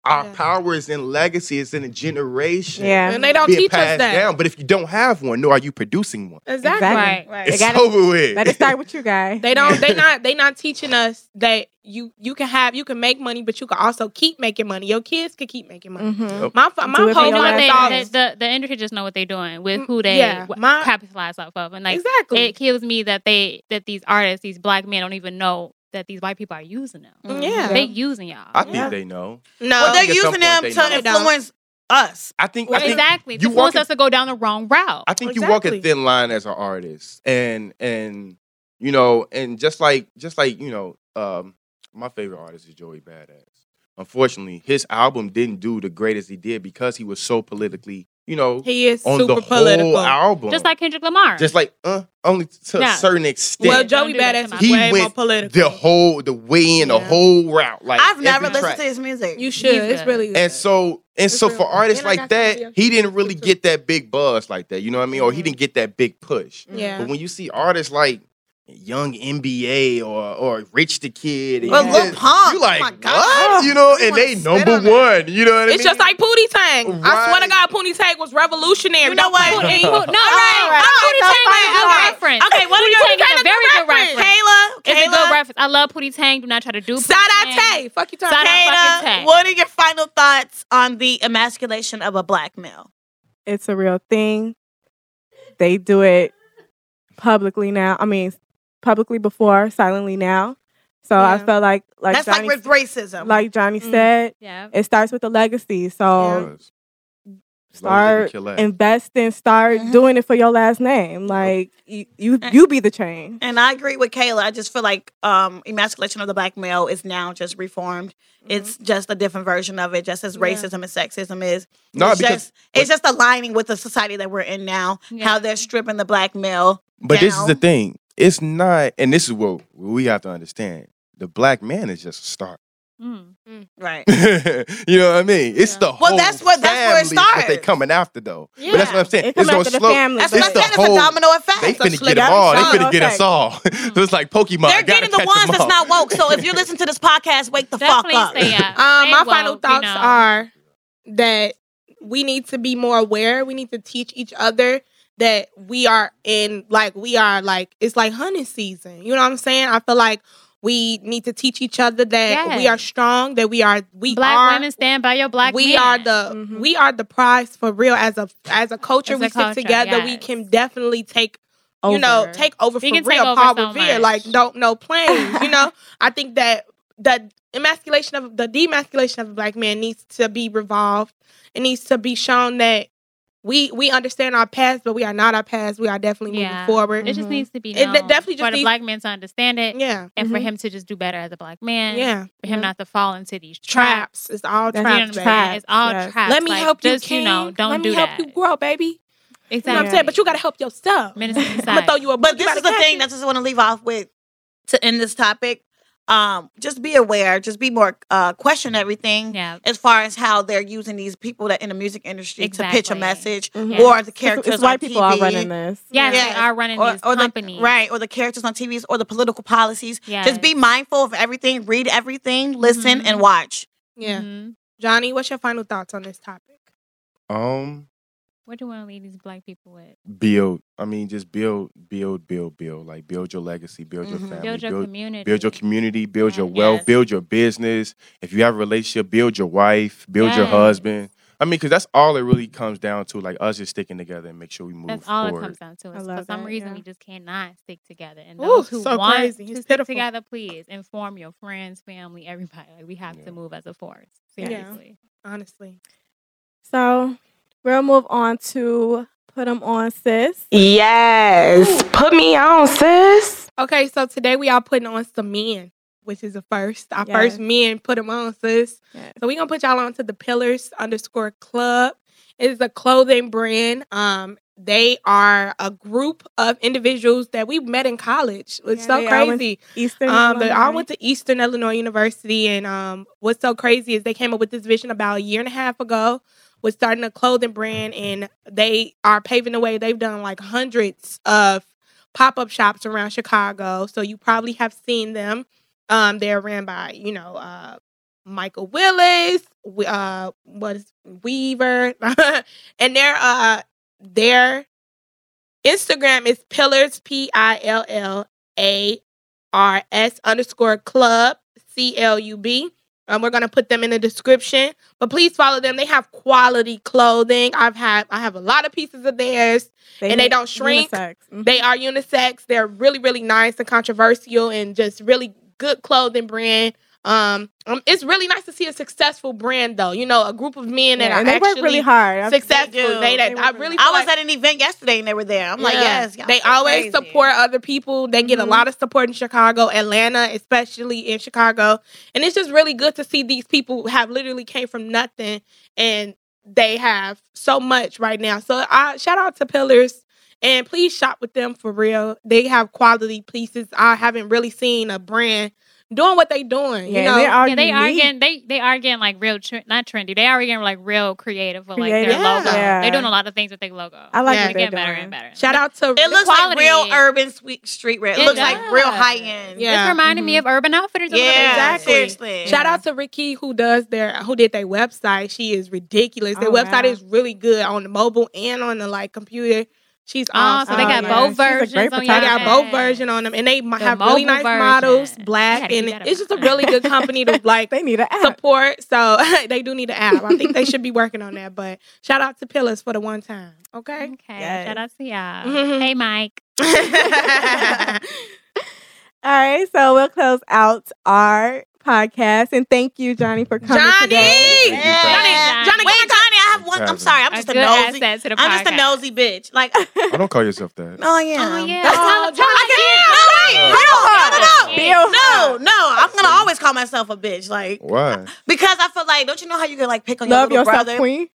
S7: Our
S5: Yeah.
S7: power is in legacy. It's in a generation.
S3: Yeah.
S5: And they don't
S7: being
S5: teach us
S7: passed
S5: that.
S7: down. But if you don't have one, nor are you producing one.
S5: Exactly.
S3: Exactly.
S5: Right.
S7: It's
S3: gotta-
S7: over with.
S3: Let it start with you guys.
S5: They don't. They not. They not teaching us that you you can have you can make money, but you can also keep making money. Your kids can keep making money.
S3: Mhm.
S5: My fa-
S3: Do
S5: my
S3: it for
S5: whole
S6: you know
S3: your
S5: life
S3: life.
S5: thought-
S6: they, the, the the industry just know what they're doing with
S5: Mm,
S6: who they
S5: yeah,
S6: what-
S5: my-
S6: capitalize off of, and like
S5: exactly.
S6: it kills me that they that these artists, these black men, don't even know that these white people are using them.
S5: Mm, yeah.
S6: They using y'all.
S7: I think
S5: Yeah.
S7: they know.
S5: no.
S4: Well,
S7: think
S4: they're
S7: at some
S4: using them
S7: point they
S4: to
S7: know.
S5: They don't.
S4: influence us.
S7: I think. I think
S6: exactly.
S7: you
S6: You wants
S7: walking-
S6: us to go down the wrong route.
S7: I think you walk a
S5: Exactly.
S7: thin line as an artist, and and you know, and just like just like you know, um, my favorite artist is Joey Badass. Unfortunately, his album didn't do the greatest he did because he was so politically, you know,
S5: he is
S7: on
S5: super
S7: the
S5: political.
S7: whole album,
S6: just like Kendrick Lamar.
S7: just like uh, only to
S6: Yeah.
S7: a certain extent.
S5: well,
S6: Don't
S5: Joey
S6: do that to
S5: Badass
S6: my
S5: is
S7: he
S5: way more
S7: went
S5: political.
S7: the whole the way in the
S5: Yeah.
S7: whole route. Like
S4: I've never
S7: every
S4: listened
S7: track.
S4: to his music.
S5: You should.
S6: He's
S5: It's
S6: good.
S5: really.
S7: And so and so
S5: real.
S7: for artists
S5: And I
S7: like
S5: got some
S7: that,
S5: video.
S7: he didn't really get that big buzz like that. You know what I mean? Or he didn't get that big push.
S5: Mm-hmm. Yeah.
S7: But when you see artists like Young NBA or or Rich the Kid, and
S4: Or
S7: you
S4: Lil
S7: just-
S4: Pump.
S7: you like
S4: Oh my God.
S7: what? You know,
S4: You
S7: and
S4: wanna
S7: they
S4: spit
S7: number
S4: on that.
S7: one. You know what I mean?
S5: It's just like Pootie Tang. I swear to
S7: Right.
S5: God, Pootie Tang was revolutionary.
S4: You know
S5: Don't
S4: what?
S5: put it-
S6: no, right.
S5: right.
S6: No, Pootie
S5: All
S6: Tang is
S5: right,
S6: a good
S5: all right.
S6: reference.
S5: Okay, what are you
S6: Pootie Tang is a
S5: Tang
S6: very good
S5: reference?
S6: reference.
S4: Kayla,
S6: It's a
S4: Kayla,
S6: good reference. I love Pootie Tang. Do not try to do Pootie Tang.
S5: Side Fuck you talking
S6: Side-eye
S5: about.
S6: fucking
S4: Kayla,
S6: tag.
S4: what are your final thoughts on the emasculation of a black male?
S3: It's a real thing. They do it publicly now. I mean, publicly before, silently now. So I
S5: Yeah.
S3: felt like, like
S4: That's
S3: Johnny,
S4: like with racism.
S3: like Johnny
S5: Mm.
S3: said,
S6: Yeah.
S3: it starts with the legacy. So
S5: Yeah.
S7: As long as
S3: start
S7: they can kill ass.
S3: investing, start
S5: Mm-hmm.
S4: Mhm.
S3: doing it for your last name. Like you, you, you be the change.
S4: and I agree with Kayla. I just feel like um, emasculation of the black male is now just reformed. It's just a different version of it, just as
S5: Yeah.
S4: racism and sexism is.
S7: No,
S4: it's
S7: because-
S4: just, it's just aligning with the society that we're in now. How they're stripping the black male.
S7: But this is the
S4: down.
S7: thing. It's not, and this is what we have to understand. The black man is just a start.
S6: Mm.
S4: Right.
S7: you know what I mean? It's
S5: Yeah.
S7: the whole
S4: Well, that's what- that's where it
S7: family is what they
S4: starts.
S7: coming after though. But that's
S4: Yeah.
S7: what I'm saying.
S3: It
S7: it's
S3: come
S7: gonna
S3: after the
S7: slow.
S3: family.
S4: That's
S7: it's
S3: It's
S4: what I'm
S7: the
S4: saying. It's a
S7: whole-
S4: domino effect.
S7: They finna get
S3: slip
S7: them all. They
S3: domino
S7: finna get us
S3: effect.
S7: all. so it's like Pokemon.
S4: They're
S7: Gotta
S4: getting the
S7: catch
S4: ones
S7: them
S4: that's
S7: all.
S4: not woke. So if you're listening to this podcast, wake the fuck
S6: Definitely
S4: up.
S6: stay up.
S5: Um,
S6: Stay
S5: my
S6: woke,
S5: final
S6: you
S5: thoughts
S6: know.
S5: are that we need to be more aware. We need to teach each other that we are in, like, we are like, it's like hunting season. You know what I'm saying? I feel like we need to teach each other that we
S6: Yes.
S5: are strong, that we are, we
S6: black
S5: are.
S6: women stand by your black
S5: we
S6: men. Mm-hmm.
S5: are the
S3: Mhm.
S5: we are the prize for real as a as a culture
S6: As a
S5: we
S6: culture,
S5: sit together we
S6: yes.
S5: can definitely take you know
S3: Over.
S5: take over
S6: We
S5: for
S6: can take
S5: real
S6: over
S5: Paul
S6: so
S5: Revere
S6: much.
S5: like don't no planes you know I think that the emasculation of the demasculation of a black man needs to be revolved it needs to be shown that we we understand our past but we are not our past we are definitely
S6: Yeah.
S5: moving forward
S6: It just
S3: Mhm.
S6: needs to be
S5: mm-hmm. It
S6: known
S5: definitely just
S6: for the
S5: needs-
S6: black man to understand it,
S5: yeah
S6: and for
S3: Mhm.
S6: him to just do better as a black man.
S5: yeah
S6: For him not to fall into these traps.
S5: traps it's all
S3: That's
S6: You know what I'm
S5: traps
S6: saying?
S5: babe.
S3: Traps,
S6: It's all
S3: yes.
S6: traps.
S5: let me
S6: Like,
S5: help you
S6: just,
S5: King.
S6: know, don't
S5: let
S6: do
S5: me help
S6: that.
S5: you grow baby
S6: Exactly.
S5: You know what I'm saying? But you gotta help yourself.
S6: Minister
S5: I'm gonna
S6: society.
S5: throw you a
S4: But
S5: book. You
S4: this
S5: gotta
S4: is the
S5: catch
S4: thing
S5: it.
S4: that I just want to leave off with to end this topic. um, just be aware, just be more uh, question everything
S6: Yeah.
S4: as far as how they're using these people that in the music industry to pitch a
S6: Exactly.
S4: message
S5: Mm-hmm.
S6: Yeah.
S4: or the
S3: It's,
S4: characters
S3: it's white
S4: on
S3: people are
S4: TV.
S3: running this.
S6: Yes,
S4: Yes.
S6: they are running
S4: Or,
S6: these
S4: or the
S6: companies.
S4: right, or the characters on TVs, or the political policies. Just be
S6: Yes. Mm-hmm.
S4: mindful of everything. Read everything. Listen and watch.
S5: Yeah.
S6: Mhm.
S5: Mm-hmm. Johnny, what's your final thoughts on this topic?
S7: Um,
S6: What do you want to leave these black people with?
S7: build. I mean, just build, build, build, build. Like build your legacy, build your
S4: Mhm.
S7: family,
S6: Build your
S7: build,
S6: community.
S7: build your community, build your
S6: Yes.
S7: wealth, build your business. If you have a relationship, build your wife, build your
S6: Yes.
S7: husband. I mean, because that's all it really comes down to. Like us just sticking together and make sure we move
S6: That's all
S7: forward.
S6: it comes down to.
S3: I
S6: Is for
S3: love
S6: some
S3: that,
S6: reason
S3: yeah.
S6: we just cannot stick together. And
S5: Ooh,
S6: those who
S5: so
S6: want
S5: crazy.
S6: to
S5: It's
S6: stick
S5: pitiful.
S6: together, please inform your friends, family, everybody. Like we have
S7: Yeah.
S6: to move as a force.
S5: Yeah.
S6: Seriously.
S5: Honestly.
S3: So we'll move on to put them on, sis.
S1: Yes. Put me on, sis.
S5: Okay, so today we are putting on some men, which is a first. Our
S3: Yes.
S5: first men put them on, sis.
S3: Yes.
S5: So we're gonna put y'all on to the Pillars underscore Club. It is a clothing brand. Um, they are a group of individuals that we met in college. It's
S3: Yeah,
S5: so
S3: they all went-
S5: crazy.
S3: Eastern.
S5: Um, they all
S3: Illinois.
S5: went to Eastern Illinois University, and um, what's so crazy is they came up with this vision about a year and a half ago. Was starting a clothing brand, and they are paving the way. They've done like hundreds of pop up shops around Chicago, so you probably have seen them. Um, they're ran by you know uh, Michael Willis, we- uh, what is Weaver, and their uh, their Instagram is Pillars P I L L A R S underscore club C L U B. Um, we're gonna put them in the description, but please follow them. They have quality clothing. I've had I have a lot of pieces of theirs. and they don't shrink.
S3: unisex. Mhm.
S5: They are unisex. They're really really nice and controversial, and just really good clothing brand. Um, um, it's really nice to see a successful brand though. You know, a group of men that
S3: Yeah,
S5: are
S3: and they
S5: actually
S3: work really hard. I-
S5: successful.
S4: They do.
S5: They, that
S3: They work
S5: I
S3: really
S5: really
S3: hard.
S5: feel
S4: I was
S5: like-
S4: at an event yesterday and they were there. I'm like,
S5: yeah.
S4: yes, y'all
S5: They
S4: so
S5: always
S4: crazy. Mm-hmm.
S5: support other people. They get
S3: Mhm.
S5: a lot of support in Chicago, Atlanta, especially in Chicago. And it's just really good to see these people who have literally came from nothing and they have so much right now. So I shout out to Pillars and please shop with them for real. They have quality pieces. I haven't really seen a brand doing what they doing.
S3: Yeah,
S5: you know,
S3: they are.
S6: Yeah, they are
S3: unique.
S6: getting they they are getting like real tre- not trendy. They are getting like real creative with like
S3: Creative,
S6: their logo.
S3: yeah.
S6: They're doing a lot of things with their logo.
S3: I like what
S6: They're
S5: Yeah.
S3: they're
S6: getting better
S3: doing.
S6: and better.
S5: shout out to
S4: It looks
S6: quality.
S4: like real urban sweet street red. It,
S6: It
S4: looks like real
S6: does.
S4: high end.
S5: Yeah.
S6: It's reminding me
S3: Mm-hmm.
S6: of Urban Outfitters. a little bit.
S4: Yeah,
S5: Exactly.
S4: seriously.
S5: Shout out to Ricky who does their who did their website. She is ridiculous. Their
S3: Oh,
S5: website
S3: wow.
S5: is really good on the mobile and on the like computer. She's
S6: Oh,
S5: awesome.
S6: so they got
S3: yeah.
S6: both
S3: She's a
S6: versions
S3: great
S6: on
S5: They
S6: your
S5: got
S6: ass.
S5: both version on them, and they
S6: The
S5: have really
S6: mobile
S5: nice models,
S6: version. I
S5: black,
S6: gotta
S5: and
S6: keep that
S5: it's
S6: in
S5: just a
S6: mind.
S5: really good company to like
S3: They need an app.
S5: support. So they do need an app. I think they should be working on that. But shout out to Pillars for the one time. Okay.
S6: Okay.
S3: Yes.
S6: Shout out to y'all.
S5: Mhm.
S6: Hey Mike.
S3: All right, so we'll close out our podcast and thank you, Johnny, for coming
S5: Johnny!
S3: today.
S7: Thank you,
S4: Yeah.
S7: Johnny.
S4: Johnny, wait, Johnny, I have one. I'm
S7: Exactly.
S4: sorry. I'm
S6: A
S4: just a,
S6: good
S4: nosy.
S6: asset to the
S4: I'm just a
S6: podcast.
S4: nosy bitch. Like,
S7: I don't call yourself that.
S4: oh yeah.
S6: Oh yeah.
S4: That's
S6: Tell-
S4: how
S6: tell
S4: I
S6: us
S4: can't. No, wait. Hold on. No, no, no.
S3: Bill.
S4: No, no, I'm gonna always call myself a bitch, like
S7: Why?
S4: because I feel like don't you know how you can like pick on your
S3: Love
S4: little
S3: yourself,
S4: brother?
S3: queen.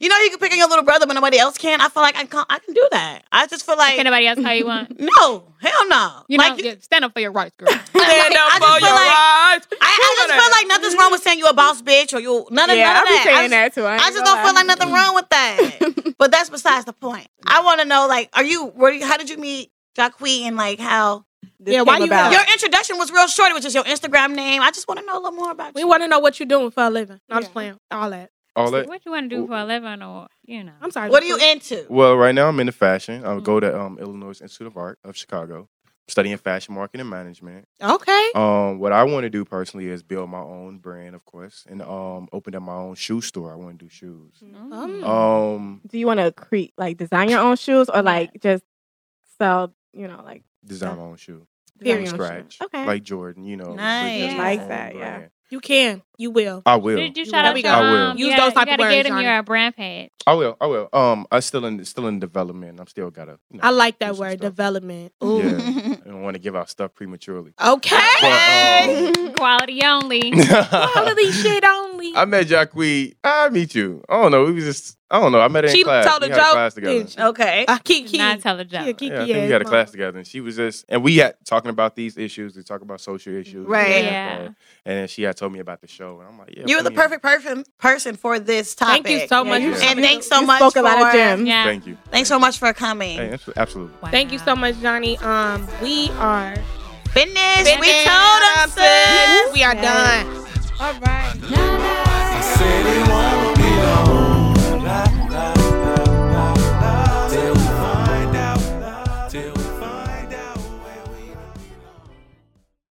S4: You know you can pick on your little brother, but nobody else can. I feel like I can I can do that. I just feel like
S6: Can anybody else how you want?
S4: no, hell no.
S6: You know,
S4: like, you-
S6: yeah, stand up for your rights, girl.
S4: like, I just feel like
S5: rights.
S4: I, I just feel like nothing's wrong with saying you a boss bitch or you none of,
S3: yeah,
S4: none
S3: I
S4: of
S3: be
S4: that. I
S3: saying that
S4: just,
S3: too. ain't
S4: I
S3: gonna
S4: just don't feel
S3: lie.
S4: like nothing wrong with that. but that's besides the point. I want to know, like, are you? Were you? How did you meet Jacque? And like, how
S3: This
S5: Yeah, why
S3: came
S5: you
S3: about.
S4: your introduction was real short. It was just your Instagram name. I just want to know a little more about
S5: We
S4: you.
S5: want to know what you're doing for a living. No, I'm just playing. All that.
S7: All that.
S6: what you want to do for a living or, you know.
S5: I'm sorry.
S4: What are you into?
S7: Well, right now I'm into fashion. I go
S3: Mm-hmm.
S7: to um, Illinois Institute of Art of Chicago, studying fashion marketing and management.
S5: Okay.
S7: Um, what I want to do personally is build my own brand, of course, and um, open up my own shoe store. I want to do shoes.
S6: Mm-hmm.
S5: Um,
S3: Mm-hmm.
S7: Um,
S3: Do you want to create like design your own shoes or like just sell? You know, like
S7: design my own shoe
S3: design
S7: from
S3: your own
S7: scratch,
S3: Okay.
S7: like Jordan. You know, with
S4: Nice.
S7: just my
S3: Like
S7: own
S3: that, yeah.
S7: brand.
S5: You can. You will.
S7: I will.
S6: Did you
S5: You
S6: shout
S5: will.
S6: out
S5: We
S6: your
S7: got- I will.
S6: mom?
S5: Use
S6: You gotta-
S5: those type
S6: you
S5: of
S6: gotta
S5: words,
S6: get them
S5: Johnny.
S6: your brand page.
S7: I will. I will. Um, I still in still in development. I'm still gotta. You know,
S5: I like
S7: do
S5: that
S7: some
S5: word,
S7: stuff.
S5: development. Ooh.
S7: Yeah, I don't want to give out stuff prematurely.
S5: Okay.
S7: But, um,
S6: Quality only.
S5: Quality shit family.
S7: I met Jacque. I meet you. I don't know. We was just. I don't know. I met her in
S5: She
S7: class.
S5: told
S7: we
S5: a
S7: had
S5: joke.
S7: class together.
S5: Didn't she?
S4: Okay.
S5: Uh, Kiki.
S6: Not tell a joke.
S5: Yeah, Kiki,
S7: Yeah, I
S5: yeah,
S7: think we had a
S5: mom.
S7: class together, and she was just, and we had talking about these issues. We talk about social issues, and
S4: Right.
S7: stuff like
S6: Yeah.
S7: that. And then she had told me about the show, and I'm like, yeah,
S4: You're
S7: put
S4: the
S7: me in.
S4: perfect person person for this topic.
S5: Thank you so much.
S7: you
S5: for
S7: did.
S4: And
S5: coming.
S4: thanks so
S3: You
S4: much
S3: spoke
S4: for
S3: a lot of gems.
S6: Yeah.
S7: Thank you.
S4: Thanks so much for coming.
S7: Hey, abso- absolutely.
S5: Thank you so much, Johnny. Um, we are
S4: Fitness, we
S5: finished.
S4: told them, sis.
S5: We are done.
S9: I said it once.